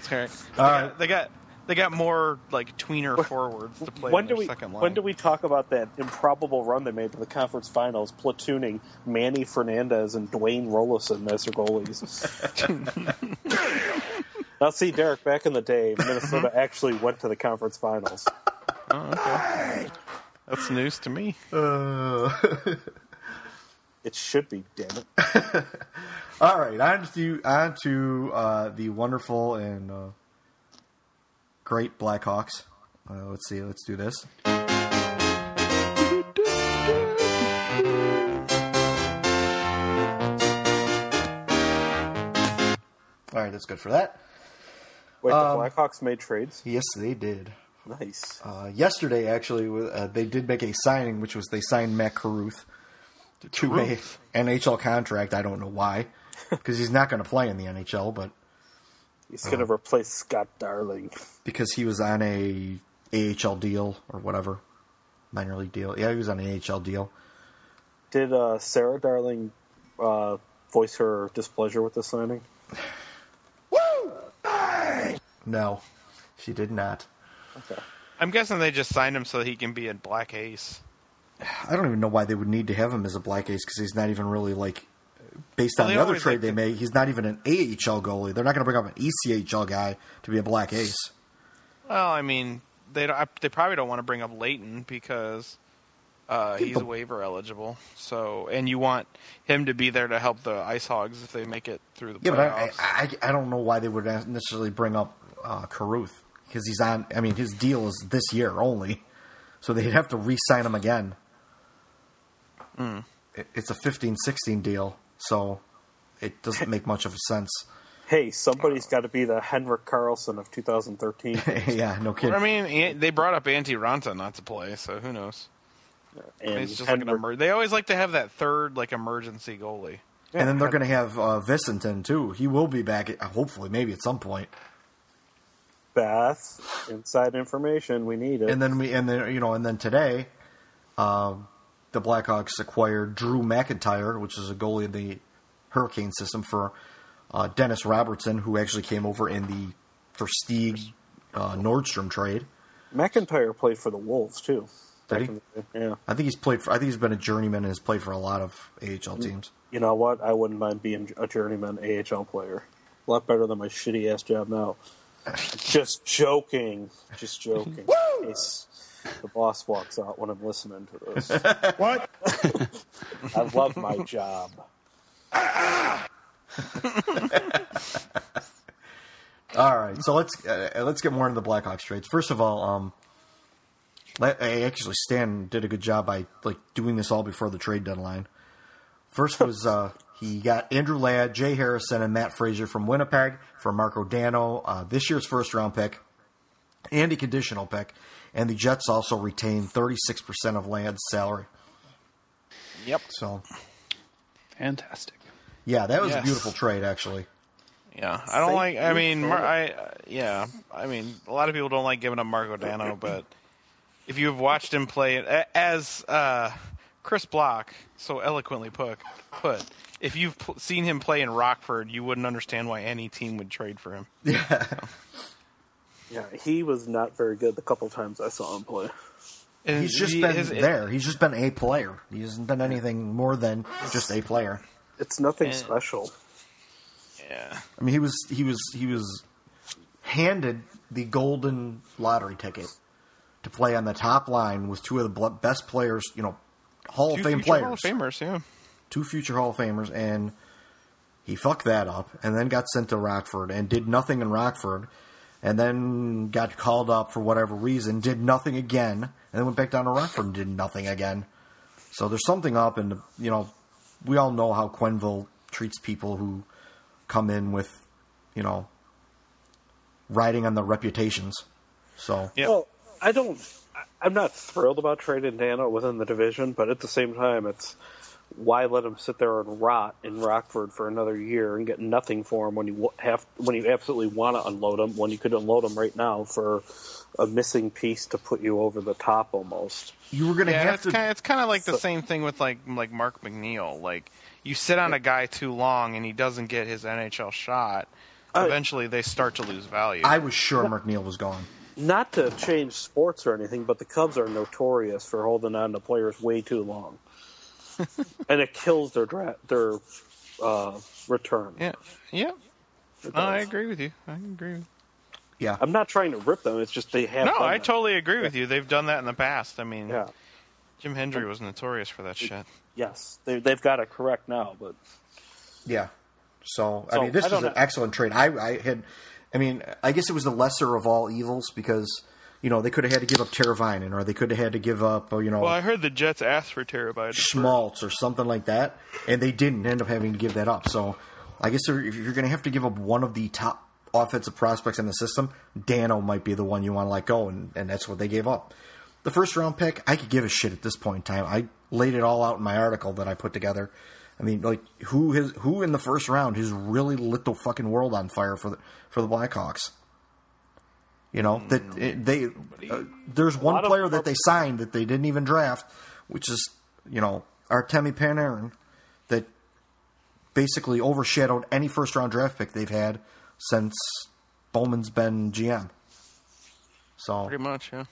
Sorry. All right. Got, they got they got more like tweener forwards to play.
When do we
second line.
when do we talk about that improbable run they made to the conference finals, platooning Manny Fernandez and Dwayne Rollison as their goalies? now, see, Derek, back in the day, Minnesota actually went to the conference finals.
Oh, okay. That's news to me.
Uh...
it should be, damn it.
All right, on to on to uh, the wonderful and. Uh great Blackhawks. Uh, let's see. Let's do this. All right, that's good for that.
Wait, um, the Blackhawks made trades?
Yes, they did.
Nice.
Uh, yesterday, actually, uh, they did make a signing, which was they signed Matt Caruth to a NHL contract. I don't know why, because he's not going to play in the NHL, but
He's going to uh, replace Scott Darling
because he was on a AHL deal or whatever minor league deal. Yeah, he was on an AHL deal.
Did uh, Sarah Darling uh, voice her displeasure with the signing?
Woo!
No, she did not.
Okay.
I'm guessing they just signed him so he can be a black ace.
I don't even know why they would need to have him as a black ace because he's not even really like based well, on the other trade like they to... made, he's not even an AHL goalie. They're not going to bring up an E ECHL guy to be a black ace.
Well, I mean, they don't, they probably don't want to bring up Leighton because uh, he's but... waiver eligible. So, and you want him to be there to help the Ice Hogs if they make it through the
yeah.
Playoffs.
But I, I, I don't know why they would necessarily bring up uh, Carruth because he's on. I mean, his deal is this year only, so they'd have to re-sign him again.
Mm.
It, it's a 15-16 deal so it doesn't make much of a sense.
Hey, somebody's
Uh.
got to be the Henrik Carlson of 2013.
yeah, no kidding.
I mean, eh, they brought up Antti Ranta not to play, so who knows? And it's just Henrik- like an emer- They always like to have that third like emergency goalie.
Yeah, and then they're going to have uh, Vicenton too. He will be back, at, hopefully, maybe at some point.
Bath inside information we need it.
And then we and then you know and then today, um, the Blackhawks acquired Drew McIntyre, which is a goalie in the Hurricane system, for uh, Dennis Robertson, who actually came over in the for Stieg uh, Nordstrom trade.
McIntyre played for the Wolves too.
Did he?
Yeah,
I think he's played for. I think he's been a journeyman and has played for a lot of AHL teams.
You know what? I wouldn't mind being a journeyman AHL player. a lot better than my shitty ass job now. Just joking. Just joking. It's- the boss walks out when I'm listening to this.
What?
I love my job.
All right, so let's uh, let's get more into the Blackhawks trades. First of all, um, let, I actually Stan did a good job by like doing this all before the trade deadline. First was uh, he got Andrew Ladd, Jay Harrison, and Matt Frazier from Winnipeg for Marco Dano, uh, this year's first round pick, and a conditional pick, and the Jets also retained thirty six percent of Ladd's salary.
Yep.
So
fantastic.
Yeah, that was
Yes.
a beautiful trade actually.
Yeah, I don't like. I mean, Mar- I uh, yeah, I mean, a lot of people don't like giving up Marco Dano, but if you've watched him play, a- as uh, Chris Block so eloquently put, put if you've pl- seen him play in Rockford, you wouldn't understand why any team would trade for him.
Yeah.
Yeah, he was not very good the couple times I saw him play.
And
He's just
he-
been
is- it-
there. He's just been a player. He hasn't been anything more than just a player.
It's nothing special.
Yeah.
I mean, he was he was he was handed the golden lottery ticket to play on the top line with two of the bl- best players, you know, Hall
Two
of Fame
future
players,
Hall of Famers, yeah.
two future Hall of Famers, and he fucked that up, and then got sent to Rockford and did nothing in Rockford, and then got called up for whatever reason, did nothing again, and then went back down to Rockford and did nothing again. So there's something up, and you know, we all know how Quenville treats people who come in with, you know, riding on their reputations. So
Well, I don't. I- I'm not thrilled about trading Dano within the division, but at the same time, it's why let him sit there and rot in Rockford for another year and get nothing for him when you wa- have when you absolutely want to unload him when you could unload him right now for a missing piece to put you over the top almost.
you were gonna
yeah,
have
it's
to.
Kind of, it's kind of like the same thing with like like Mark McNeil. Like you sit on a guy too long and he doesn't get his NHL shot. Eventually, they start to lose value.
I was sure McNeil was gone.
Not to change sports or anything, but the Cubs are notorious for holding on to players way too long, and it kills their dra- their uh, return.
Yeah, yeah. No, I agree with you. I agree. With
Yeah,
I'm not trying to rip them. It's just they
you.
have.
No,
done
I
that.
totally agree with you. They've done that in the past. I mean,
Yeah.
Jim Hendry was notorious for that shit.
Yes, they, they've got it correct now, but
Yeah. So, I
So,
mean, this
I
was
don't
an
know.
excellent trade. I, I had, I mean, I guess it was the lesser of all evils because you know they could have had to give up Teravainen or they could have had to give up, or, you know,
Well, I heard the Jets asked for Terabyte.
Schmaltz or something like that, and they didn't end up having to give that up. So, I guess if you're going to have to give up one of the top offensive prospects in the system, Dano might be the one you want to let go, and, and that's what they gave up. The first round pick, I could give a shit at this point in time. I laid it all out in my article that I put together. I mean, like who has who in the first round has really lit the fucking world on fire for the for the Blackhawks? You know that
Mm.
it, they uh, there's one player that they signed that they didn't even draft, which is you know Artemi Panarin, that basically overshadowed any first round draft pick they've had since Bowman's been GM. So
Pretty much, yeah.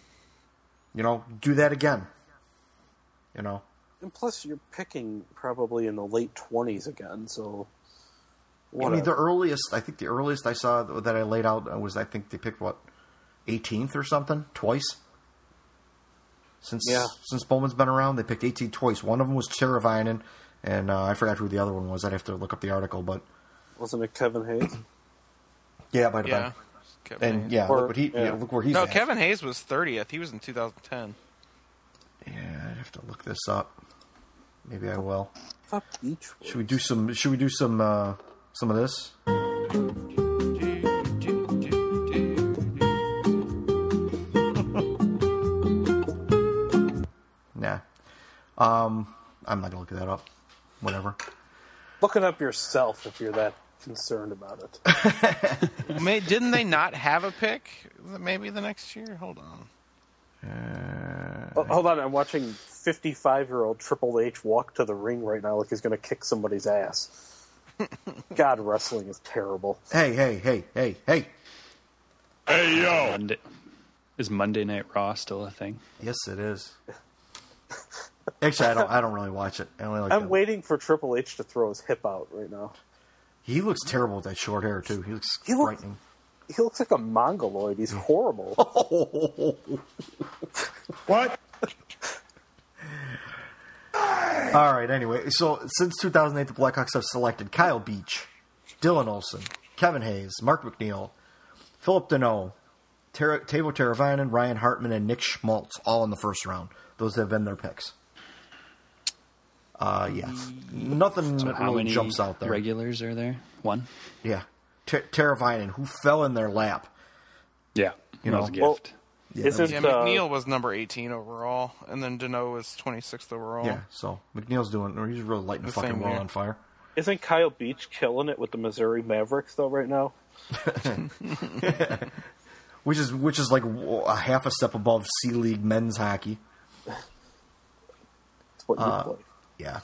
you know, do that again. You know,
and plus you're picking probably in the late twenties again, so
I mean, the
whatever.
earliest I think the earliest I saw that I laid out uh, was I think they picked what 18th or something twice. Since
Yeah.
since Bowman's been around, they picked 18 twice. One of them was Teravainen, and uh, I forgot who the other one was. I'd have to look up the article, but
wasn't it Kevin Hayes?
yeah, it might have
Yeah.
been.
Kevin
And
Hayes.
yeah,
Or-
look, what he, yeah.
yeah.
look where he's
no,
at.
Kevin Hayes was 30th. He was in 2010.
Yeah, I'd have to look this up. Maybe I will.
Fuck each.
Should we do some? Should we do some? Uh, some of this? Nah. Um, I'm not gonna look that up. Whatever.
Look it up yourself if you're that concerned about it.
May, didn't they not have a pick? Maybe the next year. Hold on.
Oh, Hold on, I'm watching 55 year old Triple H walk to the ring right now like he's going to kick somebody's ass. God, wrestling is terrible.
Hey, hey, hey, hey, hey.
Hey yo. Monday, is Monday Night Raw still a thing?
Yes, it is. Actually, I don't. I don't really watch it. I only like.
I'm
the-
waiting for Triple H to throw his hip out right now.
He looks terrible with that short hair too. He looks he frightening.
Look, he looks like a mongoloid. He's horrible.
what? All right. Anyway, so since 2008, the Blackhawks have selected Kyle Beach, Dylan Olson, Kevin Hayes, Mark McNeil, Philip Deneau, Ter- Tavo Teravainen, Ryan Hartman, and Nick Schmaltz, all in the first round. Those have been their picks. Uh, yeah, nothing so really jumps out there.
Regulars are there? One.
Yeah, Ter- Teravainen, who fell in their lap.
Yeah, you know, was a gift. Well,
yeah, Isn't, yeah, McNeil uh, was number 18 overall, and then Deneau was 26th overall.
Yeah, so McNeil's doing, or he's really lighting the, the fucking world on fire.
uh, Isn't Kyle Beach killing it with the Missouri Mavericks though right now?
which is which is like a half a step above C League men's hockey.
Uh,
yeah.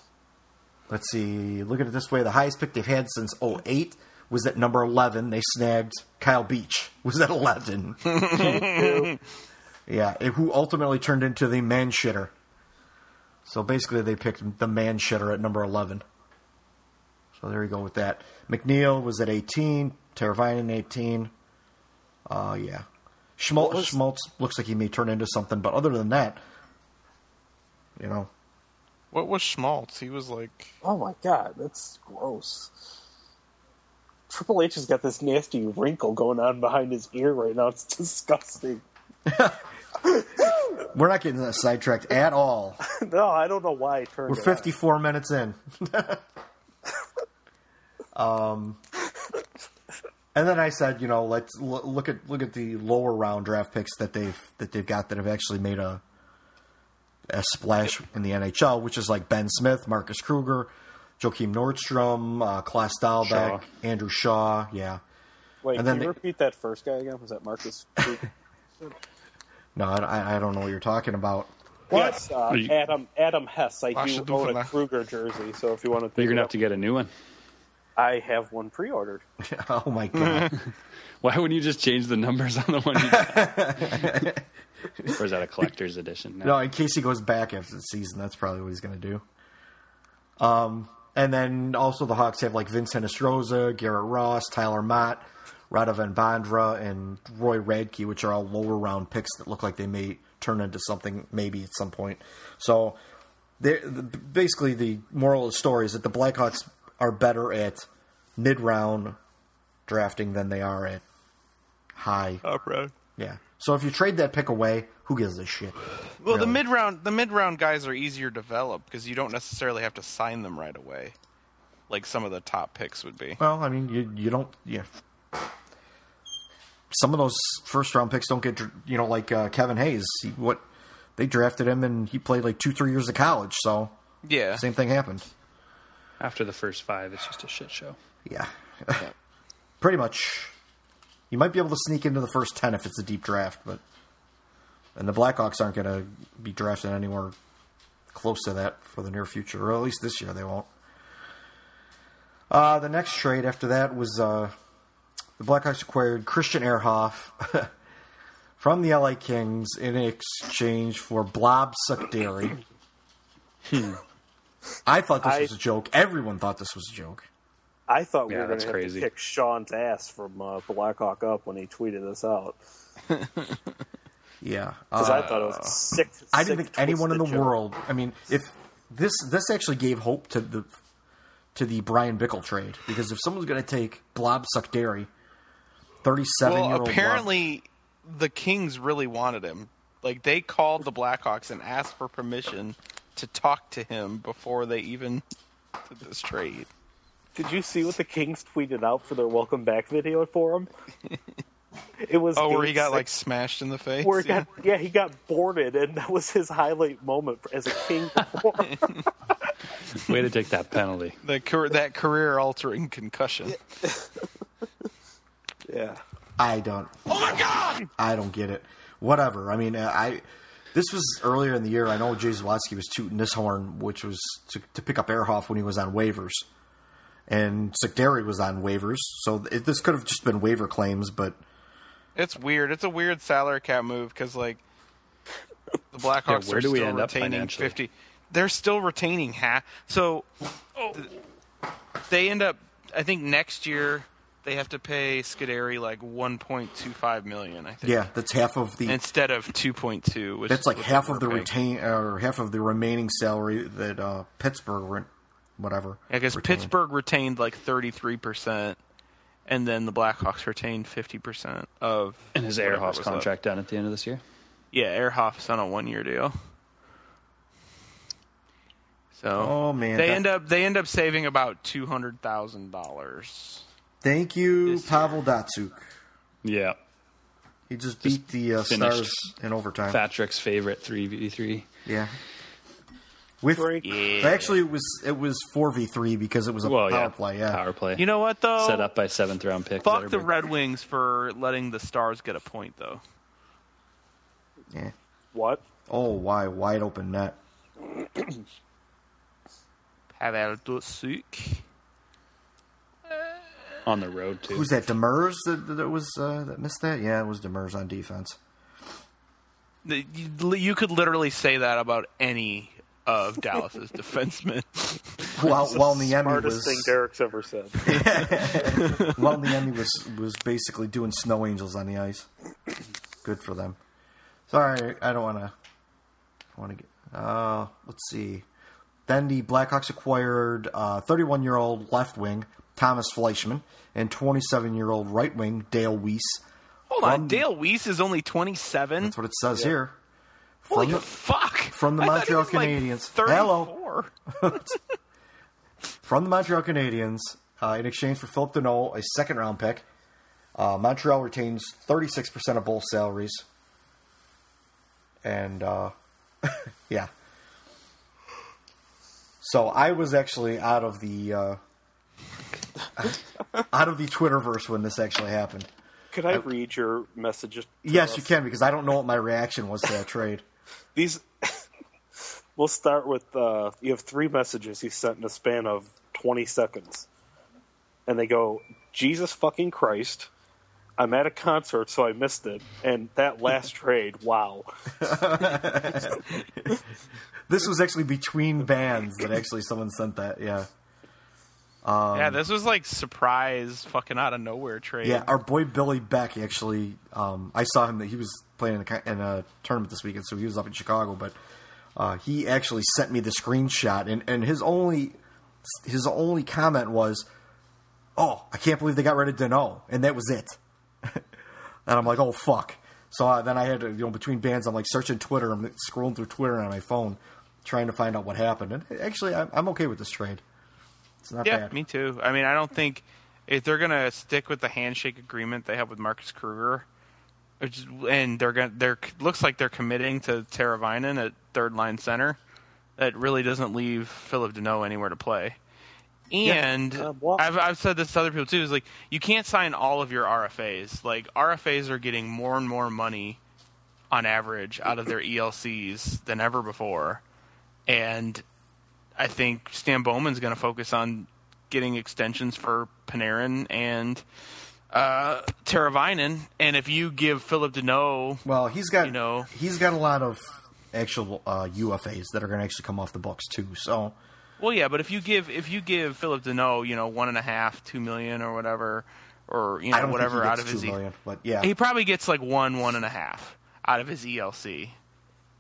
Let's see. Look at it this way: the highest pick they've had since 08 was at number 11. They snagged Kyle Beach. Was at 11. yeah, who ultimately turned into the man shitter. So basically, they picked the man shitter at number 11. So there you go with that. McNeil was at 18. Teravainen 18. Uh, yeah. Schmaltz, was- Schmaltz looks like he may turn into something, but other than that, you know.
What was Schmaltz? He was like.
Oh my god, that's gross. Triple H has got this nasty wrinkle going on behind his ear right now. It's disgusting.
We're not getting that sidetracked at all.
no, I don't know why I turned.
We're 54 on. minutes in. um, and then I said, you know, let's l- look at look at the lower round draft picks that they've that they've got that have actually made a a splash in the NHL, which is like Ben Smith, Marcus Kruger, Joakim Nordstrom, uh, Klaas Dahlbeck, Shaw. Andrew Shaw. Yeah.
Wait, and then can you they, repeat that first guy again? Was that Marcus?
no, I, I, don't know what you're talking about.
What? Yes, uh, you, Adam Adam Hess. I do own a Kruger jersey, so if you want to,
you're gonna have to get a new one.
I have one pre-ordered.
oh my god!
Why wouldn't you just change the numbers on the one? you got? or is that a collector's edition?
No. no. in case he goes back after the season, that's probably what he's going to do. Um, and then also the Hawks have like Vincent Estroza, Garrett Ross, Tyler Mott, Radovan Bandra, and Roy Radke, which are all lower round picks that look like they may turn into something maybe at some point. So, basically, the moral of the story is that the Blackhawks are better at mid round drafting than they are at high
up round.
Yeah. So if you trade that pick away, who gives a shit?
Well, really? the mid round the mid round guys are easier to develop because you don't necessarily have to sign them right away, like some of the top picks would be.
Well, I mean, you you don't yeah. Some of those first round picks don't get you know like uh, Kevin Hayes. He, what they drafted him and he played like two three years of college. So
yeah,
same thing happened.
After the first five, it's just a shit show.
Yeah, pretty much. You might be able to sneak into the first ten if it's a deep draft, but and the Blackhawks aren't going to be drafted anywhere close to that for the near future, or at least this year they won't. Uh, the next trade after that was uh, the Blackhawks acquired Christian Ehrhoff from the LA Kings in exchange for Blob Sukdary. hmm. I thought this I, was a joke. Everyone thought this was a joke.
I thought we yeah, were going to kick Sean's ass from uh, Blackhawk up when he tweeted this out.
yeah,
because uh, I thought it was sick.
I didn't think anyone in the joke. world. I mean, if this this actually gave hope to the to the Brian Bickle trade because if someone's going to take Blob Suckdary, thirty seven well, year old,
apparently Blob, the Kings really wanted him. Like they called the Blackhawks and asked for permission to talk to him before they even did this trade.
Did you see what the Kings tweeted out for their welcome back video for him? It was
oh, where he got six, like smashed in the face.
Where he yeah. got yeah, he got boarded, and that was his highlight moment as a King.
Way to take that penalty.
The that career altering concussion.
Yeah.
I don't.
Oh my god!
I don't get it. Whatever. I mean, uh, I this was earlier in the year. I know Jay Zlotsky was tooting this horn, which was to, to pick up Erhoff when he was on waivers, and Sukdari was on waivers. So it, this could have just been waiver claims, but
it's weird. It's a weird salary cap move because like the Blackhawks yeah, are still retaining fifty. They're still retaining half. So oh. they end up. I think next year they have to pay Scuderi like 1.25 million. I think.
Yeah, that's half of the
instead of 2.2. Which
that's like half of the retain or half of the remaining salary that uh, Pittsburgh re- whatever.
Yeah, because Pittsburgh retained like 33 percent, and then the Blackhawks retained 50 percent of.
And his Airhoff's contract left. done at the end of this year.
Yeah, Airhoff's on a one-year deal. So
oh man,
they that... end up they end up saving about two hundred thousand dollars.
Thank you, Pavel Datsuk.
Yeah.
He just, just beat the uh, Stars in overtime.
Patrick's favorite 3v3.
Yeah. With yeah. actually it was it was 4v3 because it was a well, power yeah. play, yeah.
Power play.
You know what though?
Set up by 7th round pick.
Fuck the Red Wings for letting the Stars get a point though.
Yeah.
What?
Oh, why wide open net.
Pavel Datsuk
on the road too.
Who's that? Demers that, that was uh, that missed that? Yeah, it was Demers on defense.
You could literally say that about any of Dallas's defensemen.
While while Niemi
smartest
was
thing Derek's ever said.
while Niemi was was basically doing snow angels on the ice. Good for them. Sorry, I don't want to. Want to get? Uh, let's see. Then the Blackhawks acquired 31 uh, year old left wing Thomas Fleischman, and 27 year old right wing Dale Weiss.
Hold from, on, Dale Weiss is only 27.
That's what it says yeah. here.
From Holy the, fuck!
From the I Montreal Canadiens.
Like Hello.
from the Montreal Canadiens, uh, in exchange for Philip Deneau, a second round pick, uh, Montreal retains 36% of both salaries. And, uh, yeah. So I was actually out of the. uh, out of the Twitterverse when this actually happened.
Could I, read your messages?
Yes, us? you can because I don't know what my reaction was to that trade.
These. we'll start with uh, you have three messages he sent in a span of twenty seconds, and they go, "Jesus fucking Christ." I'm at a concert, so I missed it. And that last trade, wow.
this was actually between bands that actually someone sent that, yeah.
Um, yeah, this was like surprise, fucking out of nowhere trade.
Yeah, our boy Billy Beck actually, um, I saw him that he was playing in a, in a, tournament this weekend, so he was up in Chicago. But uh, he actually sent me the screenshot, and, and his only his only comment was, "Oh, I can't believe they got rid of Dano," and that was it. and I'm like, "Oh fuck!" So uh, then I had to, you know, between bands, I'm like searching Twitter, I'm scrolling through Twitter on my phone, trying to find out what happened. And actually, I'm, I'm okay with this trade
yeah,
bad.
me too. I mean, I don't think if they're gonna stick with the handshake agreement they have with Marcus Kruger, which, and they're gonna they're looks like they're committing to Teravainen at third line center. That really doesn't leave Philip Deneau anywhere to play. And yeah. uh, well, I've I've said this to other people too. Is like you can't sign all of your RFAs. Like RFAs are getting more and more money on average out of their ELCs than ever before, and I think Stan Bowman's going to focus on getting extensions for Panarin and uh, Teravainen. And if you give Philip Deneau,
well, he's got
you know
he's got a lot of actual uh, UFAs that are going to actually come off the books too. So,
well, yeah, but if you give if you give Philip Deneau, you know, one and a half, two million, or whatever, or you know, whatever out of his
million, e- but yeah,
he probably gets like one, one and a half out of his ELC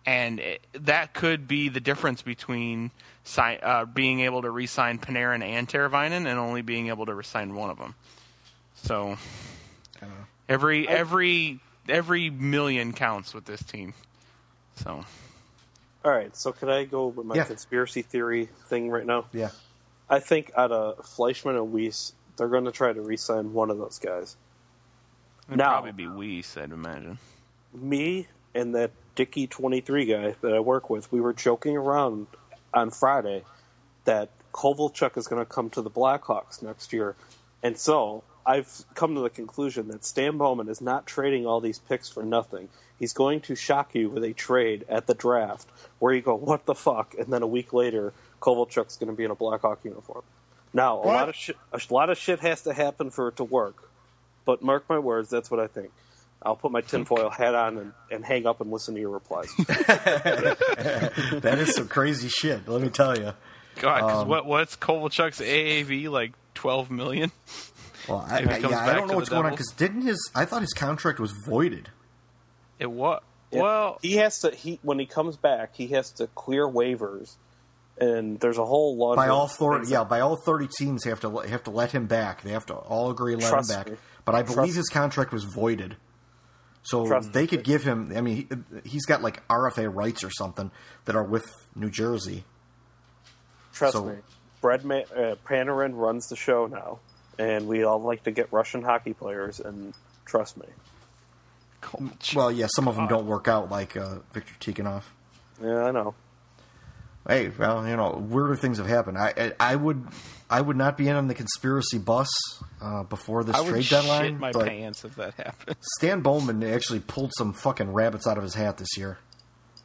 and it, that could be the difference between sign, uh, being able to re-sign Panarin and Teravainen and only being able to re-sign one of them. So every I, every every million counts with this team. So.
All right, so can I go with my yeah. conspiracy theory thing right now?
Yeah.
I think out of Fleischman and Weiss, they're going to try to re-sign one of those guys.
It'd now, probably be Weiss, I'd imagine.
Me and that Dicky 23 guy that I work with, we were joking around on Friday that Kovalchuk is going to come to the Blackhawks next year. And so I've come to the conclusion that Stan Bowman is not trading all these picks for nothing. He's going to shock you with a trade at the draft where you go, what the fuck? And then a week later, Kovalchuk's going to be in a Blackhawk uniform. Now, a what? lot, of sh- a lot of shit has to happen for it to work. But mark my words, that's what I think. I'll put my tinfoil hat on and, and, hang up and listen to your replies.
that is some crazy shit. Let me tell you.
God, um, what what's Kovalchuk's AAV like? twelve million.
Well, I, I, yeah, I don't know what's going devil. on because didn't his? I thought his contract was voided.
It what? Well,
he has to. He when he comes back, he has to clear waivers, and there's a whole lot.
By all thirty, yeah, by all thirty teams have to have to let him back. They have to all agree let him back. Me. But I believe Trust his contract was voided, so Trust they could me. give him. I mean, he, he's got like RFA rights or something that are with New Jersey.
Trust so, me, Brad Ma- uh, Panarin runs the show now, and we all like to get Russian hockey players. And trust me,
well, yeah, some of them don't work out, like uh, Victor Tikhonov.
Yeah, I know.
Hey, well, you know, weirder things have happened. I, I, I would, I would not be in on the conspiracy bus uh, before this
I
trade deadline.
my pants if that happened.
Stan Bowman actually pulled some fucking rabbits out of his hat this year.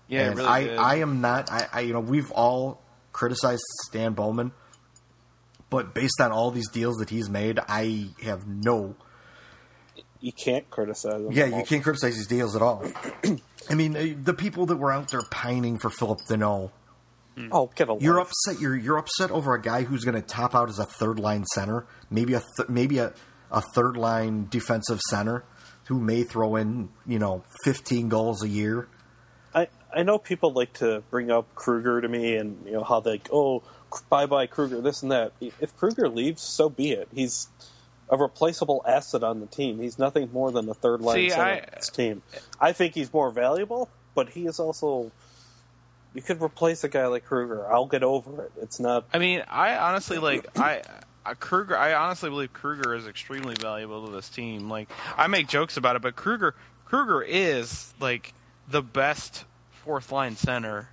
Yeah,
and
really
I,
did.
I am not. I, I, you know, we've all criticized Stan Bowman, but based on all these deals that he's made, I have no
you can't criticize them.
Yeah, you can't criticize these deals at all. I mean, the people that were out there pining for Philip Deneau.
Oh, get a life.
You're upset. You're you're upset over a guy who's going to top out as a third line center, maybe a th- maybe a, a third line defensive center who may throw in you know 15 goals a year.
I I know people like to bring up Kruger to me and you know how they like, oh bye bye Kruger this and that. If Kruger leaves, so be it. He's a replaceable asset on the team. He's nothing more than a third line See, center on this team. I think he's more valuable, but he is also you could replace a guy like Kruger. I'll get over it. It's not.
I mean, I honestly like I. I Kruger, I honestly believe Kruger is extremely valuable to this team. Like I make jokes about it, but Kruger, Kruger is like the best fourth line center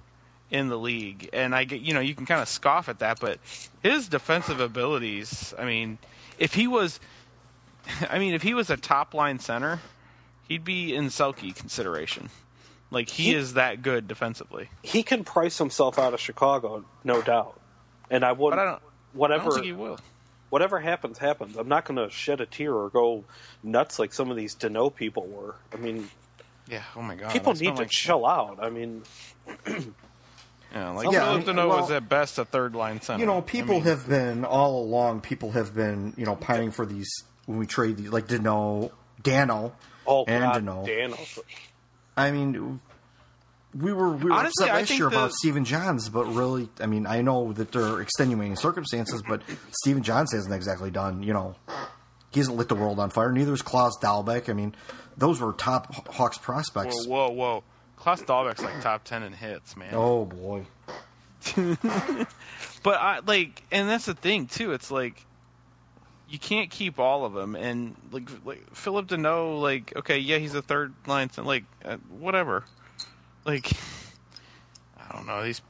in the league. And I get, you know, you can kind of scoff at that, but his defensive abilities. I mean, if he was I mean, if he was a top line center, he'd be in Selkie consideration. Like he, he, is that good defensively.
He can price himself out of Chicago, no doubt. And I wouldn't I whatever
I
Whatever happens, happens. I'm not gonna shed a tear or go nuts like some of these Dano people were. I mean
Yeah, oh my god.
People need to like... chill out. I mean
Yeah, like yeah, Philip Deneau well, was at best a third line center.
You know, people I mean, have been all along. People have been you know pining for these when we trade these like Deneau, Dano,
oh,
and
God,
Dano.
Dano.
I mean, we were we were
Honestly,
upset last year
the...
about Stephen Johns, but really, I mean, I know that there are extenuating circumstances, but Stephen Johns hasn't exactly done you know. He hasn't lit the world on fire. Neither is Klaus Dahlbeck. I mean, those were top Hawks prospects.
Whoa, whoa, whoa! Klaus Dahlbeck's like top ten in hits, man.
Oh boy.
but I like, and that's the thing too. It's like you can't keep all of them, and like, like Philip Deneau, like okay, yeah, he's a third line, like uh, whatever. Like, I don't know. These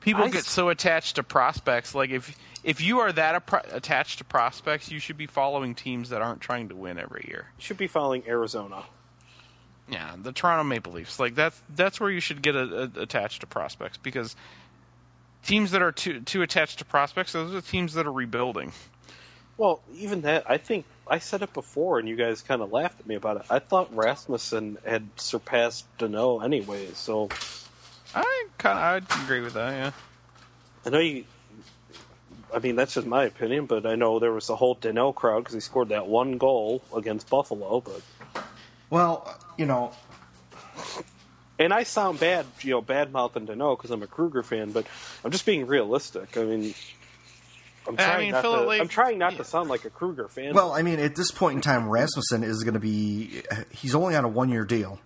people I get s- so attached to prospects. Like if if you are that pro- attached to prospects, you should be following teams that aren't trying to win every year.
You should be following Arizona.
Yeah, the Toronto Maple Leafs. Like that's that's where you should get a, a, attached to prospects because teams that are too too attached to prospects, those are teams that are rebuilding.
Well, even that, I think I said it before, and you guys kind of laughed at me about it. I thought Rasmussen had surpassed Dano anyway, so
I kind of I'd agree with that. Yeah,
I know you. I mean, that's just my opinion, but I know there was a whole Dano crowd because he scored that one goal against Buffalo, but.
Well, you know.
And I sound bad, you know, bad mouthing to know because I'm a Kruger fan, but I'm just being realistic. I mean, I'm trying, I mean, not, to, like, I'm trying not yeah. to sound like a Kruger fan.
Well, I mean, at this point in time, Rasmussen is going to be, he's only on a one year deal.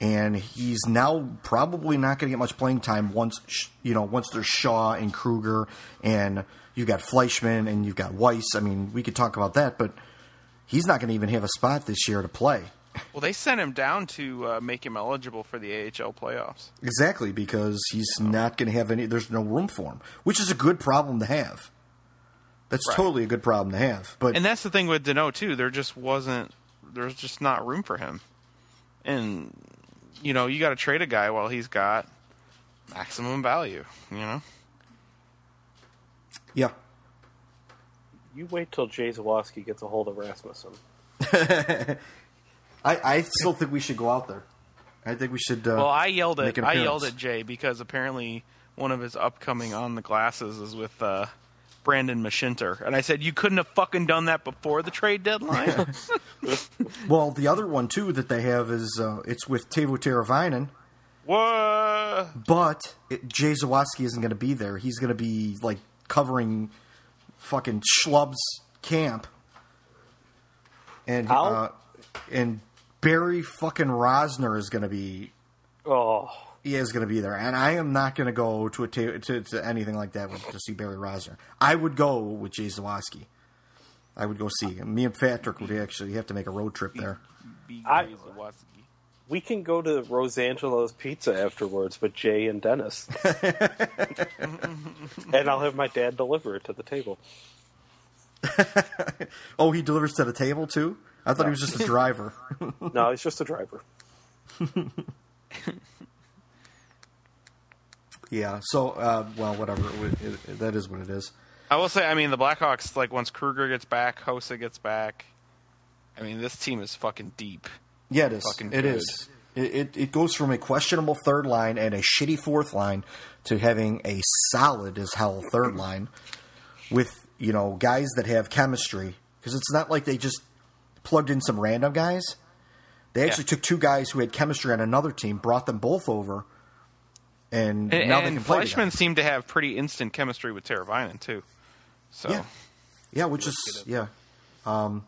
And he's now probably not going to get much playing time once, you know, once there's Shaw and Kruger and you've got Fleischman and you've got Weiss. I mean, we could talk about that, but he's not going to even have a spot this year to play.
Well, they sent him down to uh, make him eligible for the AHL playoffs.
Exactly, because he's oh. not going to have any. There's no room for him, which is a good problem to have. That's right. totally a good problem to have. But
and that's the thing with Dano too. There just wasn't. There's was just not room for him, and you know you got to trade a guy while he's got maximum value. You know.
Yeah.
You wait till Jay Zawoski gets a hold of Rasmussen.
I, I, still think we should go out there. I think we should. Uh,
well, I yelled at I yelled at Jay because apparently one of his upcoming on the glasses is with uh, Brandon Machinter. And I said, You couldn't have fucking done that before the trade deadline.
well, the other one, too, that they have is uh, it's with Tavo Teravainen.
What?
But it, Jay Zawoski isn't going to be there. He's going to be, like, covering fucking Schlub's camp. And, uh, and Barry fucking Rosner is going to be.
Oh.
He is going to be there, and I am not going to go to a ta- to, to anything like that with, to see Barry Rosner. I would go with Jay Zawoski. I would go see him. Me and Patrick would actually have to make a road trip there.
I, we can go to Rosangelo's Pizza afterwards with Jay and Dennis, and I'll have my dad deliver it to the table.
oh, he delivers to the table too. I thought he was just a driver.
no, he's just a driver.
Yeah. So, uh, well, whatever. It, it, it, that is what it is.
I will say, I mean, the Blackhawks. Like once Kruger gets back, Hosa gets back. I mean, this team is fucking deep.
Yeah, it is. Fucking it is. It, it goes from a questionable third line and a shitty fourth line to having a solid as hell third line with you know guys that have chemistry because it's not like they just plugged in some random guys. They actually yeah. took two guys who had chemistry on another team, brought them both over, and, and, now they
and
can play
Fleischman seemed to have pretty instant chemistry with Teravainen too. So
yeah, yeah which is yeah. Um,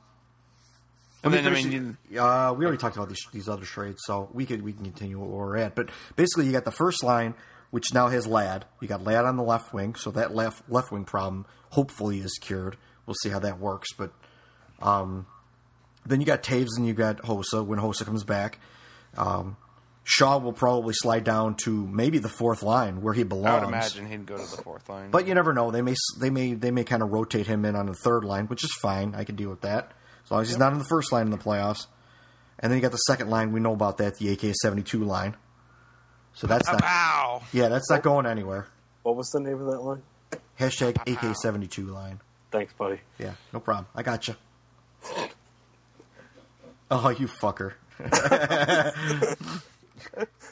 and then I mean,
you, uh, we already talked about these, these other trades, so we could we can continue where we're at. But basically, you got the first line, which now has Lad. You got Lad on the left wing, so that left left wing problem hopefully is cured. We'll see how that works, but um, then you got Taves and you got Hosa when Hosa comes back. Um, Shaw will probably slide down to maybe the fourth line where he belongs.
I would imagine he'd go to the fourth line.
But you never know. They may they may they may kind of rotate him in on the third line, which is fine. I can deal with that as long as he's yep. not in the first line in the playoffs. And then you got the second line. We know about that, the AK seventy two line. So that's not.
Ow.
Yeah, that's not going anywhere.
What was the name of that line?
Hashtag AK seventy two line.
Thanks, buddy.
Yeah, no problem. I got gotcha. you. Oh, you fucker.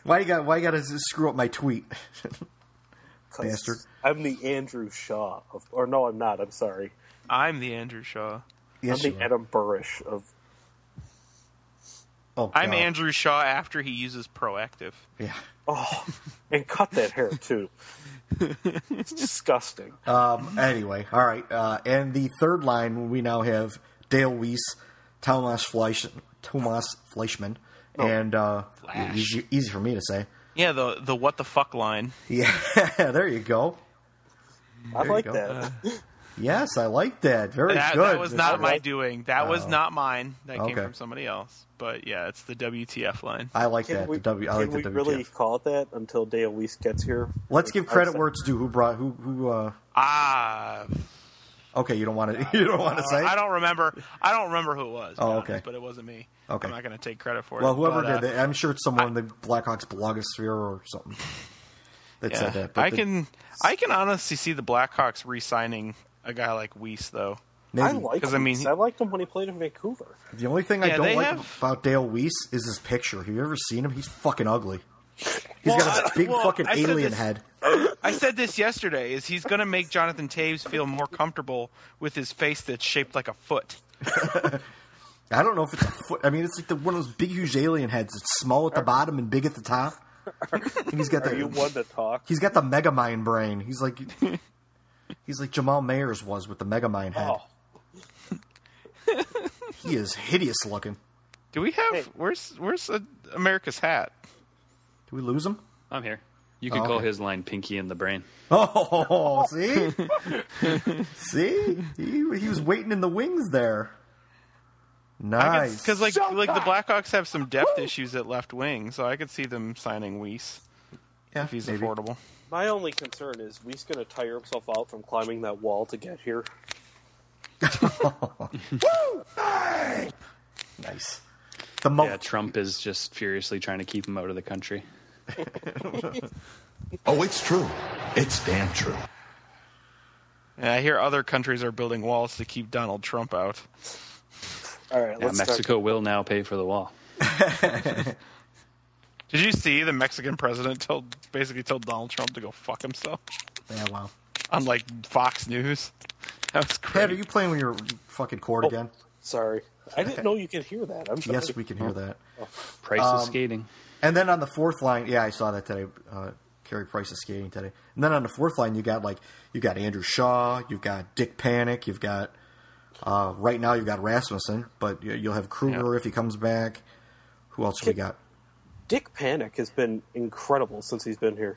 why you got why you got to screw up my tweet, bastard?
I'm the Andrew Shaw of, or no, I'm not. I'm sorry.
I'm the Andrew Shaw.
Yes, I'm the Adam Burrish of.
Oh, God. I'm Andrew Shaw after he uses proactive.
Yeah.
Oh, and cut that hair too. it's disgusting.
Um. Anyway, all right. Uh, and the third line, we now have Dale Weiss, Thomas Fleisch, Thomas Fleischman. Oh, and uh, easy, easy, for me to say.
Yeah, the the what the fuck line.
Yeah, there you go.
I there like go.
Uh,
that.
yes, I like that. Very
that,
good.
That was not my right? doing. That oh. was not mine. That okay. came from somebody else. But yeah, it's the WTF line.
I like can that.
We,
the w, I
can
like the
we WTF. really call it that until Dale Weiss gets here?
Let's give credit where it's due. Who brought who? Who? Uh...
Ah. Uh,
Okay, you don't want to. You don't want to say.
I don't remember. I don't remember who it was.
Oh, okay. Honest,
but it wasn't me.
Okay.
I'm not going to take credit for it.
Well, whoever
but,
did uh, that, I'm sure it's someone I, in the Blackhawks blogosphere or something that yeah, said that.
I the, can I can honestly see the Blackhawks re-signing a guy like Weiss though.
Maybe. I like him. I mean, he, I liked him when he played in Vancouver.
The only thing yeah, I don't like have... about Dale Weiss is his picture. Have you ever seen him? He's fucking ugly. He's
well,
got a big
well,
fucking
I
alien
this,
head.
I said this yesterday. Is he's going to make Jonathan Taves feel more comfortable with his face that's shaped like a foot?
I don't know if it's a foot. I mean, it's like the, one of those big, huge alien heads. It's small at the bottom and big at the top. And he's got the,
Are you one to talk?
He's got the Megamind brain. He's like, he's like Jamal Mayers was with the Megamind head.
Oh.
Oh. he is hideous looking.
Do we have hey. where's where's uh, America's hat?
Do we lose him?
I'm here. You could oh, call okay. his line "Pinky in the Brain."
Oh, see, see, he, he was waiting in the wings there. Nice.
Because like Shut like up. the Blackhawks have some depth Woo! issues at left wing, so I could see them signing Weiss yeah, if he's maybe. affordable.
My only concern is Weiss going to tire himself out from climbing that wall to get here.
Woo! Hey! Nice.
The mo- yeah, Trump is just furiously trying to keep him out of the country.
oh, it's true. It's damn true.
And I hear other countries are building walls to keep Donald Trump out.
All right,
yeah, Mexico start. will now pay for the wall.
Did you see the Mexican president told basically told Donald Trump to go fuck himself?
Yeah, wow.
On like Fox News. That was great.
Pat, are you playing with your fucking cord
Oh.
again?
Sorry, I didn't know you could hear that. I'm sorry. Oh,
Yes, we can hear that.
Price
Um,
is skating.
And then on the fourth line, yeah, I saw that today. Uh, Carey Price is skating today. And then on the fourth line, you got like you got Andrew Shaw, you've got Dick Panic, you've got uh, right now you've got Rasmussen, but you- you'll have Kruger if he comes back. Who else have we got?
Dick Panic has been incredible since he's been here.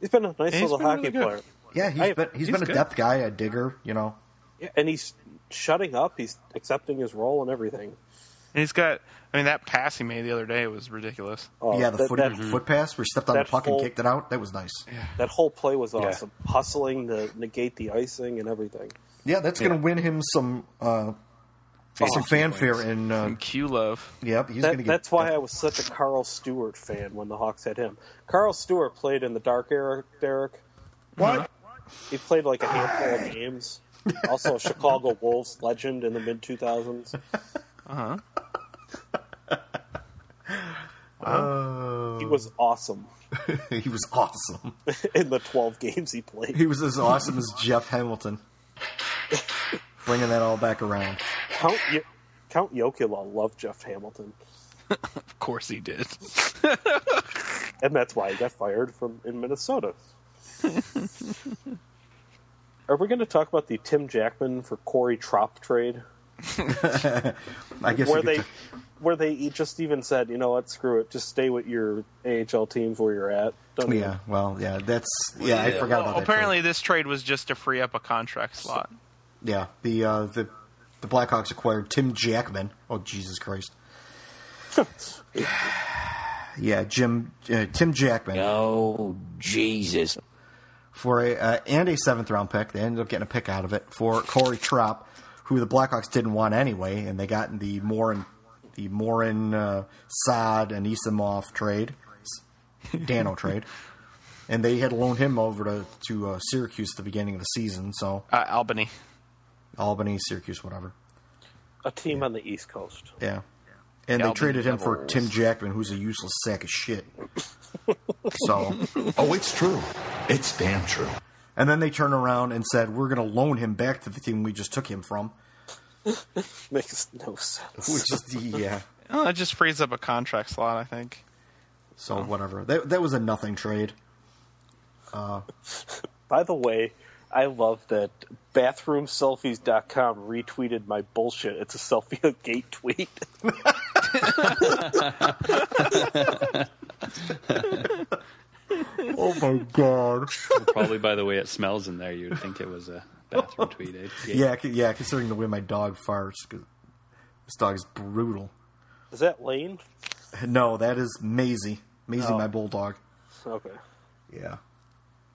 He's been a nice
He's
little
been
hockey
really good.
player.
Yeah, he's
I-
been he's
he's
been a
good.
depth guy, a digger, you know.
Yeah, and he's shutting up. He's accepting his role and everything.
And he's got. I mean, that pass he made the other day was ridiculous.
Oh,
yeah, the foot, foot pass where he stepped on the
that
puck
whole-
and kicked it out. That was nice. Yeah,
That whole play was
Yeah.
awesome. Hustling to negate the icing and everything.
that's
Yeah.
gonna win him some uh, some fanfare in. Uh,
Q love.
Yep, he's
That-
gonna get.
that's why I was such a Carl Stewart fan when the Hawks had him. Carl Stewart played in the dark era, Derek.
What?
He played like a handful of games. Also, a Chicago Wolves legend in the mid 2000s.
Uh-huh.
Uh
Oh.
He was awesome
he was awesome.
in the 12 games he played.
He was as awesome as Jeff Hamilton. Bringing that all back around.
Count, Yo- Count Yokula loved Jeff Hamilton,
Of course he did.
and that's why he got fired from in Minnesota. Are we going to talk about the Tim Jackman for Corey Trop trade?
I guess
where
you could
they where they e- just even said, you know what, screw it, just stay with your AHL teams where you're at. Don't
t- Oh, yeah, well, yeah, that's yeah. I
Well,
forgot about that.
apparently, this trade was just to free up a contract slot.
trade. yeah, the uh, the the Blackhawks acquired Tim Jackman. Oh Jesus Christ! yeah, Jim uh, Tim Jackman.
Oh, Jesus.
for a uh, and a seventh round pick. They ended up getting a pick out of it for Corey Trop, who the Blackhawks didn't want anyway, and they got in the Morin, the Morin uh, Saad and Isimov trade, Dano trade, and they had loaned him over to to uh, Syracuse at the beginning of the season. So
Uh, Albany.
Albany, Syracuse, whatever.
a team on the East Coast.
Yeah. And
Yeah,
they
I'll be
traded him for
Devils.
Tim Jackman, who's a useless sack of shit. so,
oh, it's true. It's damn true.
And then they turned around and said, "We're going to loan him back to the team we just took him from."
Makes no sense.
Which is the yeah.
Oh, it just frees up a contract slot, I think.
So whatever. That that was a nothing trade.
Uh, By the way, I love that bathroomselfies.com retweeted my bullshit. It's a selfie of gate tweet.
Oh my god.
Probably by the way it smells in there, you'd think it was a bathroom tweet. eh?
Yeah, c- yeah. Considering the way my dog farts, 'cause this dog is brutal.
Is that Lane?
No, that is Maisie. Maisie,
Oh.
my bulldog.
Okay.
Yeah.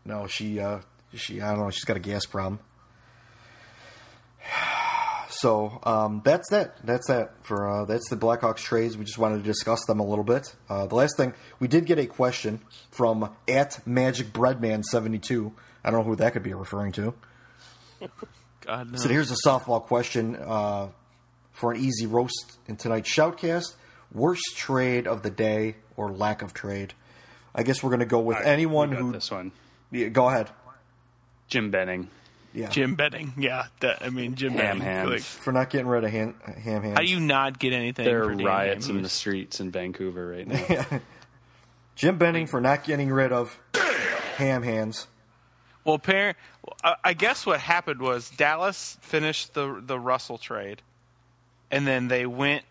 No, she uh she I don't know, she's got a gas problem. So, um that's that. That's that for uh that's the Blackhawks trades. We just wanted to discuss them a little bit. Uh the last thing, we did get a question from at Magic Breadman seventy two. I don't know who that could be referring to.
God knows.
So here's a softball question uh, for an easy roast in tonight's shoutcast: worst trade of the day or lack of trade? I guess we're going to go with anyone who this
one.
Yeah, go ahead.
Jim Benning.
Yeah.
Jim Benning. Yeah, that, I mean Jim
Ham
Benning.
hams.
Like,
for not getting rid of ham, ham hands.
how do you not get anything?
There
for
are
Dan
riots in
Hamhuis?
the streets in Vancouver right now.
Jim Benning for not getting rid of ham hands.
Well, par- I- I guess what happened was Dallas finished the the Russell trade, and then they went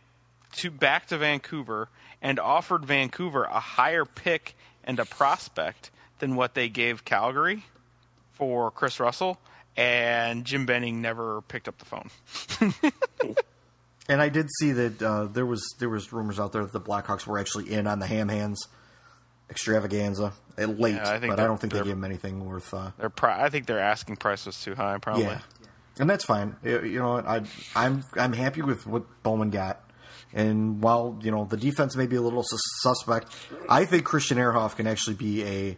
to back to Vancouver and offered Vancouver a higher pick and a prospect than what they gave Calgary for Chris Russell, and Jim Benning never picked up the phone.
And I did see that uh, there was there was rumors out there that the Blackhawks were actually in on the ham hands extravaganza uh, late,
Yeah, I think
but I
that
don't think they
they're-
gave him anything worth. Uh,
Their pri- I think their asking price was too high, probably.
Yeah, and that's fine. You you know, I, I'm I'm happy with what Bowman got. And while you know the defense may be a little sus- suspect, I think Christian Ehrhoff can actually be a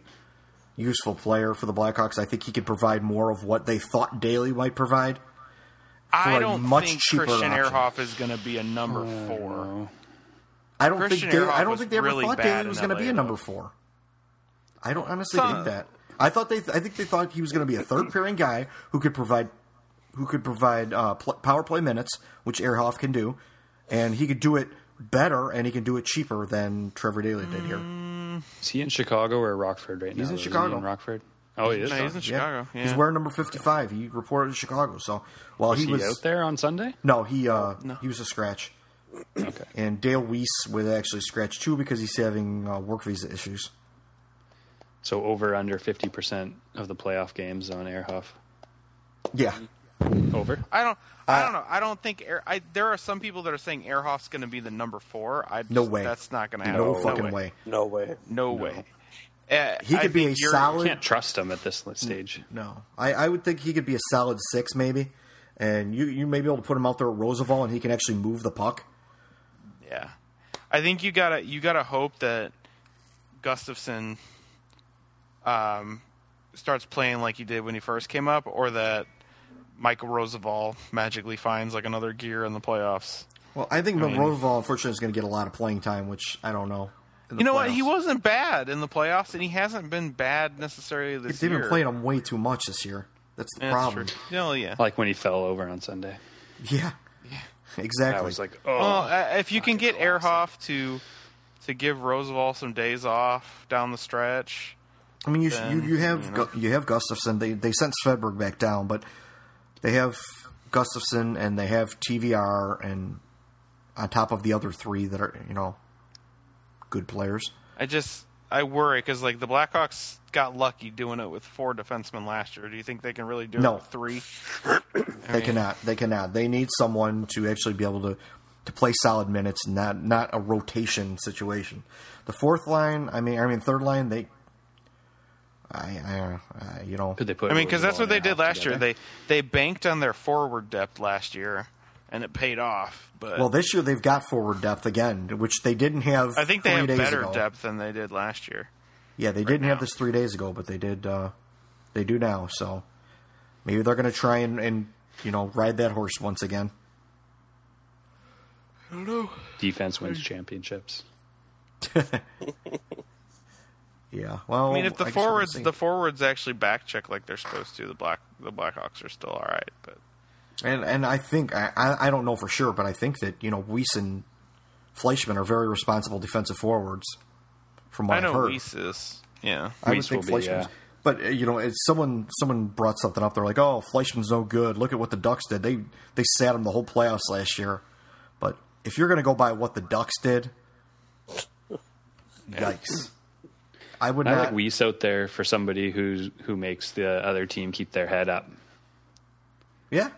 useful player for the Blackhawks. I think he could provide more of what they thought Daly might provide. for
I
a
don't
much
think
cheaper
Christian
option.
Ehrhoff is going to be a number four.
I don't
Christian
think Daly, I
Ehrhoff
don't
was
think they ever
really
thought
bad
Daly
in
was going to
LA
be a
though.
number four. I don't honestly
Some-
think that. I thought they I think they thought he was going to be a third pairing guy who could provide who could provide uh, pl- power play minutes, which Erhoff can do, and he could do it better and he can do it cheaper than Trevor Daly did here.
Is he in Chicago or Rockford right
He's
now?
in
Is he
Chicago.
in Rockford. Oh, he is.
No, he's in Chicago. Yeah.
He's wearing number fifty-five. He reported to Chicago. So while
Was
he
he
was
out there on Sunday?
no, he
Oh,
uh, he was a scratch. Okay. And Dale Weiss was actually scratched too because he's having uh, work visa issues.
So over under fifty percent of the playoff games on Erhoff.
Yeah. Uh,
Over.
I don't. I don't know. I don't think Air, I, there are some people that are saying Erhoff's going to be the number four. I
No way.
That's not going to happen.
No, fucking way.
No way.
No, way. Uh,
He
Oh, I
could be
think
a
you're-
solid-
Can't trust him at this stage.
No, I, I would think he could be a solid six maybe, and you you may be able to put him out there at Roosevelt and he can actually move the puck.
Yeah, I think you gotta you gotta hope that Gustafson um, starts playing like he did when he first came up, or that Michael Roosevelt magically finds like another gear in the playoffs.
Well, I think
I mean-
Roosevelt unfortunately is going to get a lot of playing time, which I don't know. in the
You know what? He
playoffs.
wasn't bad in the playoffs, and he hasn't been bad necessarily this
They've
year.
been playing him way too much this year. That's the
That's
problem.
true. No, yeah.
Like when he fell over on Sunday.
Yeah. Exactly.
I was like, oh,
Well, uh, if you can get Erhoff to to give Roosevelt some days off down the stretch,
I mean, you
then,
you, you have
you
you,
know.
you have Gustafson. They they sent Svedberg back down, but they have Gustafson and they have TVR and on top of the other three that are you know good players.
I just I worry because like the Blackhawks got lucky doing it with four defensemen last year. Do you think they can really do it
No.
with three?
They cannot. They cannot. They need someone to actually be able to to play solid minutes, not not a rotation situation. The fourth line, I mean, I mean, third line, they. I, I, I you know.
Could they put?
I mean, because that's what they
Roosevelt
did
and Erhoff
last
together?
year. They they banked on their forward depth last year, and it paid off. But
Well, this year they've got forward depth again, which they didn't have.
I think they
three
have
days
better
ago.
depth than they did last year.
Yeah, they didn't have this three days ago, but they did. Uh, they do now, so maybe they're going to try and, and you know ride that horse once again.
I don't know.
defense wins championships.
Yeah. Well,
I mean, if the
guess we'll
forwards
see.
the forwards actually back check like they're supposed to, the black the Blackhawks are still all right. But
And and I think I, I I don't know for sure, but I think that you know Weiss and Fleischman are very responsible defensive forwards. From what
I know
have heard,
Weiss is yeah.
I would
Weiss
think
will be, yeah.
Fleischman's. But uh, you know, it's someone someone brought something up. They're like, "Oh, Fleischman's no good. Look at what the Ducks did. They they sat him the whole playoffs last year." But if you're going to go by what the Ducks did, yikes! I would
I
not.
like Weiss out there for somebody who's who makes the other team keep their head up.
yeah,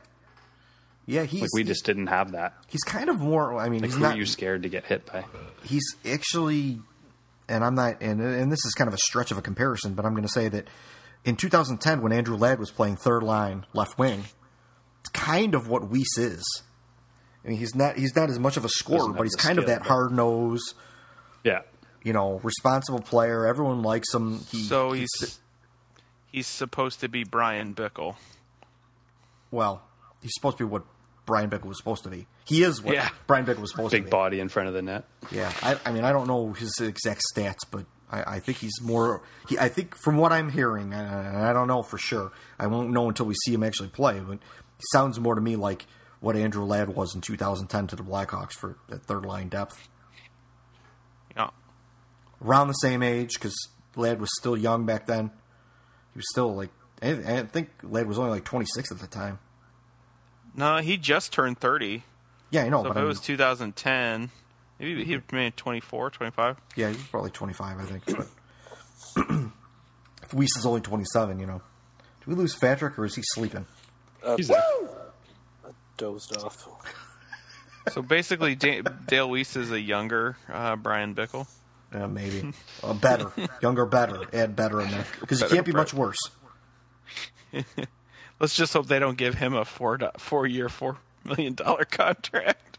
yeah. He's
like we just didn't have that.
he's kind of more. I mean,
Like
he's
who
not.
are you scared to get hit by?
he's actually, and I'm not, and and this is kind of a stretch of a comparison, but I'm going to say that in 2010, when Andrew Ladd was playing third line left wing, it's kind of what Weiss is. I mean, he's not he's not as much of a scorer,
Doesn't
but
have
he's
the
kind of
skill,
that
but-
hard nose,
Yeah.
you know, responsible player. Everyone likes him. He,
so he's he's supposed to be Brian Bickle.
well, he's supposed to be what Brian Bickle was supposed to be. He is what
Yeah.
Brian Bickle was supposed to
Big
be.
body in front of the net.
Yeah, I, I mean, I don't know his exact stats, but I, I think he's more. He, I think from what I'm hearing, uh, and I don't know for sure. I won't know until we see him actually play. But he sounds more to me like what Andrew Ladd was in 2010 to the Blackhawks for that third line depth,
Yeah.
around the same age because Ladd was still young back then. He was still like I, I think Ladd was only like 26 at the time.
No, uh, he just turned 30.
Yeah, I know,
so if
but
it
I mean,
was 2010, maybe he'd
Mm-hmm.
have been 24, 25.
yeah, he was probably 25, I think. But if Weiss is only 27, you know, do we lose Patrick or is he sleeping?
Uh,
He's there.
dozed off.
So basically, da- Dale Weiss is a younger uh, Brian Bickle.
Uh, maybe uh, better, younger, better, add better in there because it
Better
can't be much worse.
Let's just hope they don't give him a four do- four year, four million dollar contract.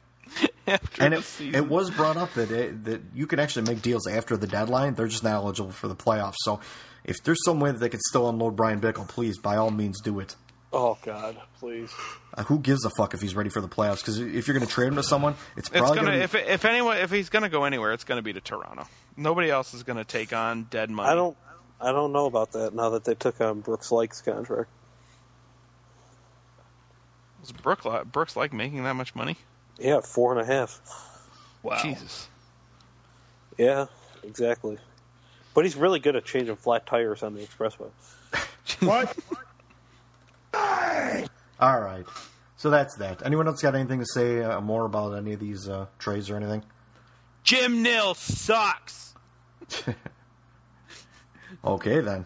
after
And
the
it,
season.
it was brought up that it, that you can actually make deals after the deadline. They're just not eligible for the playoffs. So if there's some way that they could still unload Brian Bickle, please by all means do it.
Oh God, please.
Uh, who gives a fuck if he's ready for the playoffs? Because if you're going to trade him to someone, it's
It's
probably
gonna
gonna be-
if if anyone if he's gonna go anywhere, it's gonna be to Toronto. Nobody else is gonna take on dead money.
I don't. I don't know about that now that they took on Brooks Like's contract.
Does Brooks like, Brooks like making that much money?
Yeah, four and a half.
Wow. Jesus.
Yeah, exactly. But he's really good at changing flat tires on the expressway.
what? All right. So that's that. Anyone else got anything to say uh, more about any of these uh, trades or anything?
Jim Nil sucks.
okay then.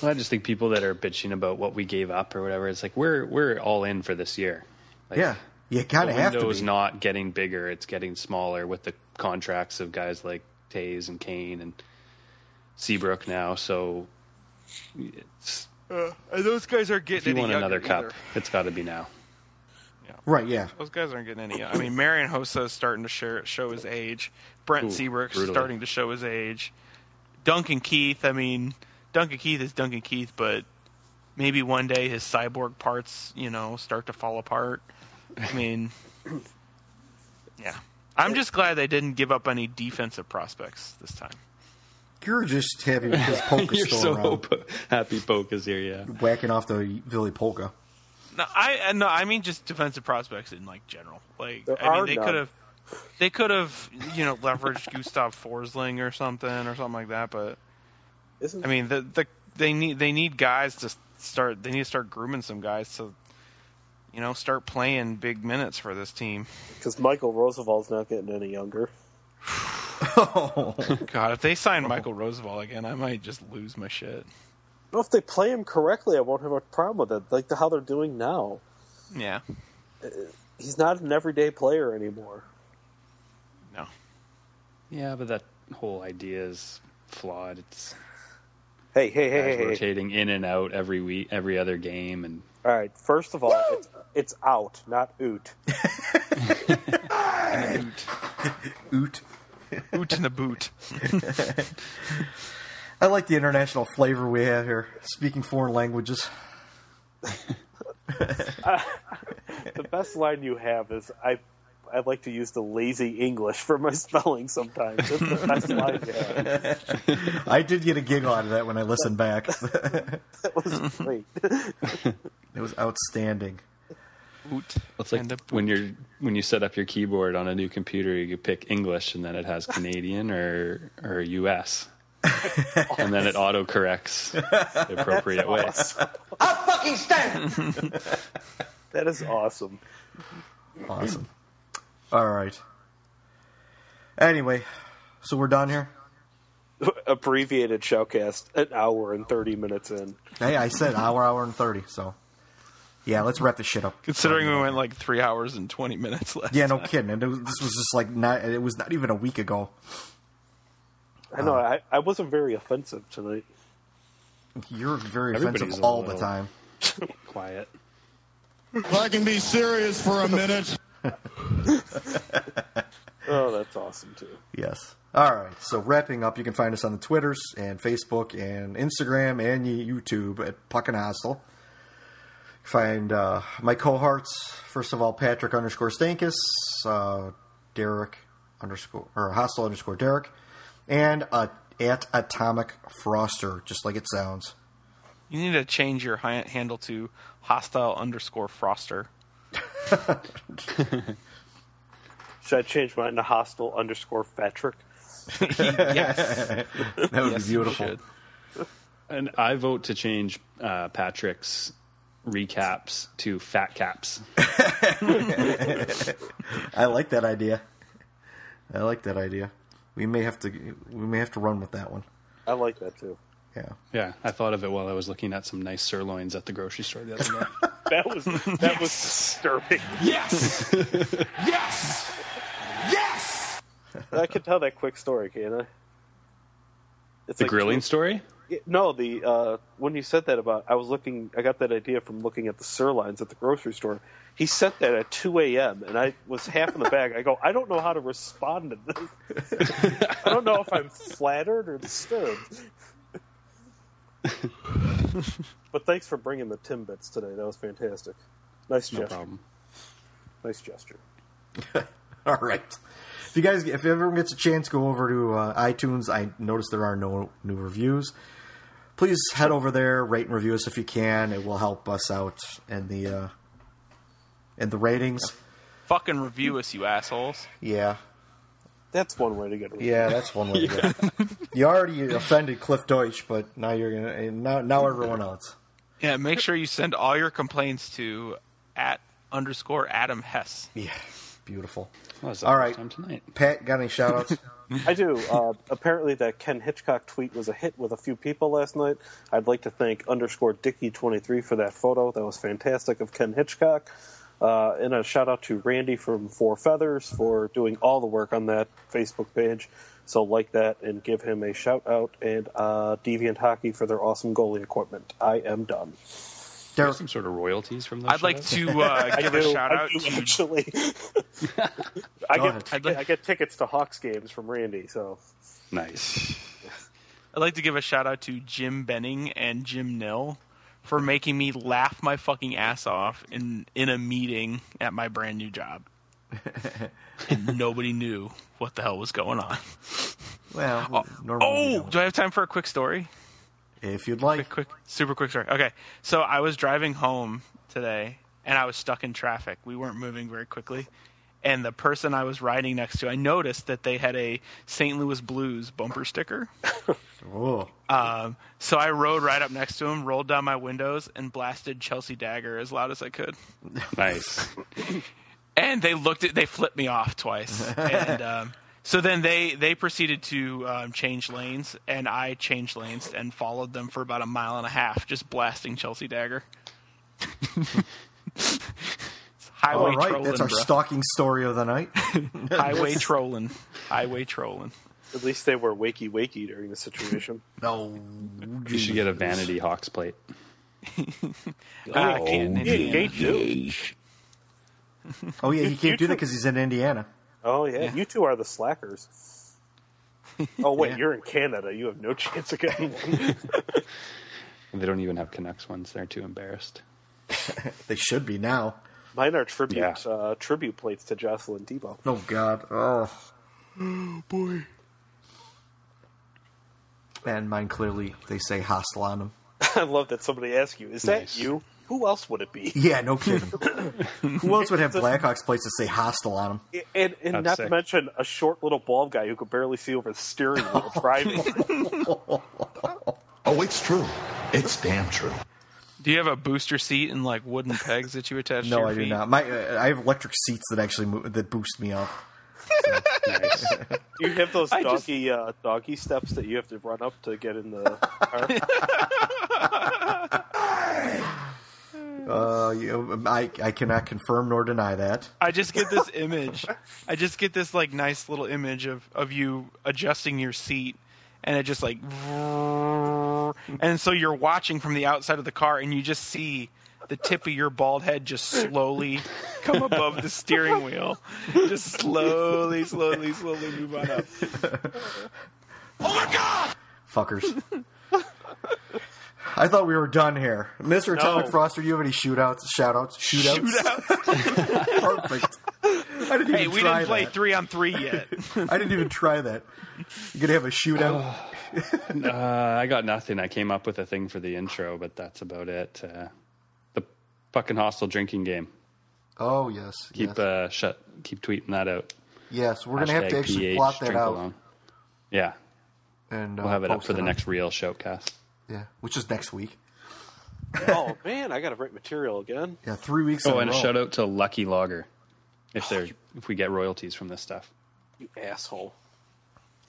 Well, I just think people that are bitching about what we gave up or whatever, it's like we're we're all in for this year. Like,
yeah, you kind of have to.
Window's not getting bigger; it's getting smaller with the contracts of guys like Tays and Kane and Seabrook now. So, it's,
uh, those guys are getting.
If you want another cup,
either.
it's got to be now.
Yeah. Right, yeah.
Those guys aren't getting any. I mean, Marion Hosa is starting to share, show his age. Brent Ooh, Seabrook's brutally. starting to show his age. Duncan Keith, I mean, Duncan Keith is Duncan Keith, but maybe one day his cyborg parts, you know, start to fall apart. I mean, yeah. I'm just glad they didn't give up any defensive prospects this time.
You're just happy because Polka's
You're
still
so
around.
happy Polka's here, yeah.
Whacking off the Billy Polka.
No, I no, I mean just defensive prospects in like general. Like there I mean, they could have, they could have, you know, leveraged Gustav Forsling or something or something like that. But Isn't I mean, the, the they need they need guys to start. They need to start grooming some guys to, you know, start playing big minutes for this team.
Because Michael Roosevelt's not getting any younger.
oh God! If they sign Michael Roosevelt again, I might just lose my shit.
Well, if they play him correctly, I won't have a problem with it. Like the, how they're doing now.
Yeah.
He's not an everyday player anymore.
No.
Yeah, but that whole idea is flawed. It's
hey, hey, hey, hey,
rotating in and out every week, every other game, and
all right. First of all, it's, it's, out, not oot.
oot. Oot.
Oot in the boot.
I like the international flavor we have here, speaking foreign languages.
uh, the best line you have is I I like to use the lazy English for my spelling sometimes. That's the best line you have.
I did get a giggle out of that when I listened back.
that was great.
it was outstanding.
Boot.
It's like when you're when you set up your keyboard on a new computer, you pick English, and then it has Canadian or or U.S. and then it auto corrects the appropriate way.
Awesome.
I fucking stand.
that is awesome.
Awesome. All right. Anyway, so we're done here.
Abbreviated showcast, an hour and thirty minutes in.
Hey, I said hour, hour and thirty. So, yeah, let's wrap this shit up.
Considering we went like three hours and twenty minutes left.
Yeah, no kidding. And was, this was just like not. It was not even a week ago.
I know. I, I wasn't very offensive tonight.
You're very Everybody's offensive all the time.
Quiet.
If I can be serious for a minute.
oh, that's awesome too.
Yes. All right. So wrapping up, you can find us on the Twitters and Facebook and Instagram and YouTube at Puck and Hostel. Find uh, my cohorts. First of all, Patrick underscore Stankus, uh, Derek underscore or Hostel underscore Derek and uh, at Atomic Froster, just like it sounds.
You need to change your handle to hostile underscore Froster.
Should I change mine to hostile underscore Patrick?
yes,
that would yes, be beautiful.
And I vote to change uh, Patrick's recaps to fat caps.
I like that idea. I like that idea. We may have to we may have to run with that one.
I like that too.
Yeah.
Yeah, I thought of it while I was looking at some nice sirloins at the grocery store the other day.
that was that yes! was disturbing.
Yes. yes. Yes.
I can tell that quick story, can I?
It's the like grilling two, story?
No, the uh, when you said that about I was looking I got that idea from looking at the sirloins at the grocery store he sent that at 2 a.m. and I was half in the bag. I go, I don't know how to respond to this. I don't know if I'm flattered or disturbed. but thanks for bringing the Timbits today. That was fantastic. Nice gesture. No problem. Nice gesture.
All right. If you guys, if everyone gets a chance, go over to uh, iTunes. I noticed there are no new reviews. Please head over there, rate and review us if you can. It will help us out in the. Uh, and the ratings.
Fucking review us, you assholes.
Yeah.
That's one way to get. It.
Yeah, that's one way to get. It. You already offended Cliff Deutsch, but now you're gonna now now everyone else.
Yeah, make sure you send all your complaints to at underscore Adam Hess.
Yeah, beautiful.
Well, all right, tonight.
Pat, got any shout outs?
I do. Uh, apparently, that Ken Hitchcock tweet was a hit with a few people last night. I'd like to thank underscore Dicky23 for that photo. That was fantastic of Ken Hitchcock. Uh, and a shout out to Randy from Four Feathers for doing all the work on that Facebook page. So like that and give him a shout out and uh, Deviant Hockey for their awesome goalie equipment. I am done.
There are some sort of royalties from those.
I'd like to uh, give do, a shout out.
I
do,
actually, I get I get, I get tickets to Hawks games from Randy. So
nice.
I'd like to give a shout out to Jim Benning and Jim Nill for making me laugh my fucking ass off in in a meeting at my brand new job. and nobody knew what the hell was going on.
Well,
oh, oh do I have time for a quick story?
If you'd like,
quick, quick, super quick story. Okay, so I was driving home today, and I was stuck in traffic. We weren't moving very quickly, and the person I was riding next to, I noticed that they had a St. Louis Blues bumper sticker.
oh.
Um, so I rode right up next to him, rolled down my windows, and blasted Chelsea Dagger as loud as I could.
Nice.
and they looked at, they flipped me off twice, and. Um, so then they they proceeded to um, change lanes, and I changed lanes and followed them for about a mile and a half, just blasting Chelsea Dagger.
highway All right, trolling, that's our bro. stalking story of the night.
highway trolling, highway trolling.
At least they were wakey wakey during the situation.
no,
you should get a vanity Hawks plate.
Oh,
I can't.
Indiana.
Oh yeah, he can't do that because he's in Indiana.
Oh yeah. yeah. you two are the slackers. Oh wait, yeah. you're in Canada. You have no chance of getting one.
they don't even have Canucks ones. They're too embarrassed.
they should be now.
Mine are tribute yeah. uh, tribute plates to Jocelyn Debo.
Oh God. Oh.
oh boy.
And mine clearly they say hostile on them.
I love that somebody asked you, "Is nice. that you?" who else would it be?
Yeah, no kidding. who else would have Blackhawks plates that say hostile on
them? And, and, and not sick. to mention a short little bald guy who could barely see over the steering wheel driving.
oh, it's true. It's damn true.
Do you have a booster seat and like wooden pegs that you attach?
no, I
feet?
do not. My uh, I have electric seats that actually move, that boost me up. So,
nice. You have those doggy just... uh, doggy steps that you have to run up to get in the car.
Uh, you, I I cannot confirm nor deny that.
I just get this image. I just get this like nice little image of of you adjusting your seat, and it just like, and so you're watching from the outside of the car, and you just see the tip of your bald head just slowly come above the steering wheel, just slowly, slowly, slowly move on up.
Oh my god!
Fuckers. I thought we were done here. Mr. Atomic no. Froster, do you have any shootouts, shoutouts, shootouts?
Shootouts.
Perfect. I didn't
hey,
even
we
try
didn't play
that.
three on three yet.
I didn't even try that. You gonna have a shootout?
Uh, uh, I got nothing. I came up with a thing for the intro, but that's about it. Uh, the fucking hostile drinking game.
Oh yes.
Keep uh,
yes.
shut. Keep tweeting that out.
Yes, we're Hashtag gonna have to actually
PH,
plot that out.
Along. Yeah.
And uh,
we'll have it up for the
out.
next real showcast.
Yeah, which is next week.
oh man, I got to write material again.
Yeah, three weeks.
Oh,
and
a shout out to Lucky Logger if they're if we get royalties from this stuff.
You asshole.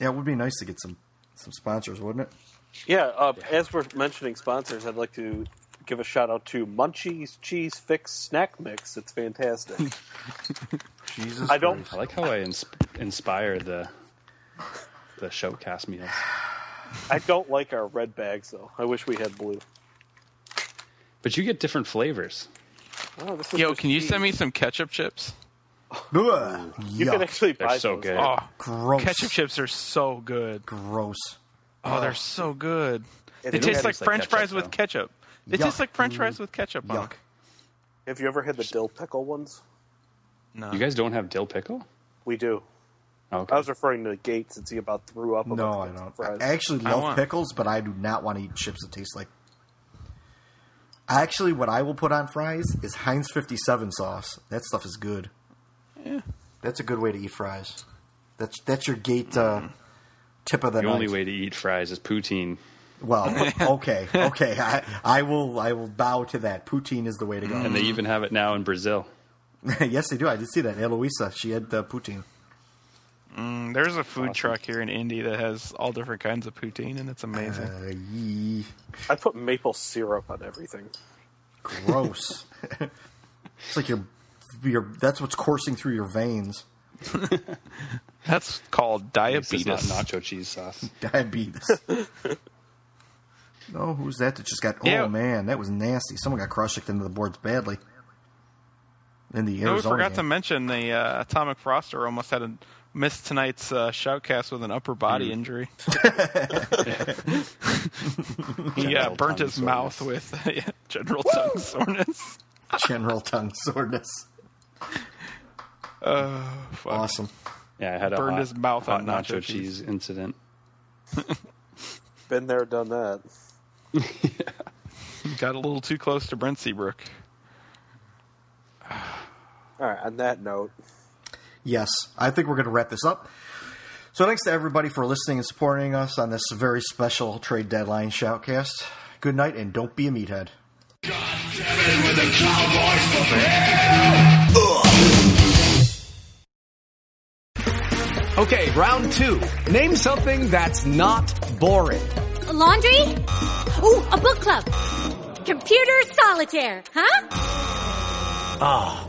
Yeah, it would be nice to get some some sponsors, wouldn't it?
Yeah. Uh, yeah. As we're mentioning sponsors, I'd like to give a shout out to Munchies Cheese Fix Snack Mix. It's fantastic.
Jesus,
I don't.
I like how I ins- inspire the the showcast meals.
I don't like our red bags though. I wish we had blue.
But you get different flavors.
Oh,
Yo, can cheese. you send me some ketchup chips?
Ugh,
you can actually
they're
buy
so
those.
good.
Oh,
Gross.
ketchup chips are so good.
Gross.
Oh, they're so good.
Yeah,
they
they do
taste like
taste like
French
ketchup,
fries
though.
with ketchup. They
Yuck.
taste like French fries with ketchup. on
Yuck.
it.
Have you ever had the dill pickle ones?
No.
You guys don't have dill pickle?
We do.
Okay.
I was referring to Gates since he about threw up.
No, I don't.
Fries.
I actually
I
love
want-
pickles, but I do not want to eat chips that taste like Actually, what I will put on fries is Heinz 57 sauce. That stuff is good.
Yeah.
That's a good way to eat fries. That's that's your gate uh, tip of the,
Mm-hmm. the
night.
only way to eat fries is poutine.
Well, okay, okay. I, I will I will bow to that. Poutine is the way to go.
And they even have it now in Brazil.
yes, they do. I did see that. Eloisa, she had uh, poutine.
Mm, there's a food awesome. truck here in Indy that has all different kinds of poutine, and it's amazing. Uh,
yee.
I put maple syrup on everything.
Gross. it's like your your that's what's coursing through your veins.
that's called diabetes.
It's not nacho cheese sauce.
Diabetes. oh, who's that that just got? Oh
Yeah.
man, that was nasty. Someone got cross checked into the boards badly. In the
No, we
Arizona
forgot
game.
to mention the uh, Atomic Froster almost had a missed tonight's uh, shoutcast with an upper body
Mm.
injury. he uh,
General
burnt
tongue
his mouth
soreness.
with yeah, general tongue soreness.
general tongue soreness.
Uh, fuck.
Awesome.
Yeah, I had a
Burned
hot-
his mouth
hot
on
nacho,
nacho
cheese.
cheese.
incident.
Been there, done that.
Got a little too close to Brent Seabrook.
All right. On that note,
Yes, I think we're going to wrap this up. So thanks to everybody for listening and supporting us on this very special trade deadline shoutcast. Good night, and don't be a meathead.
With the cowboys from hell!
Okay, round two. Name something that's not boring.
laundry? Ooh, a book club. Computer solitaire, huh?
Ah,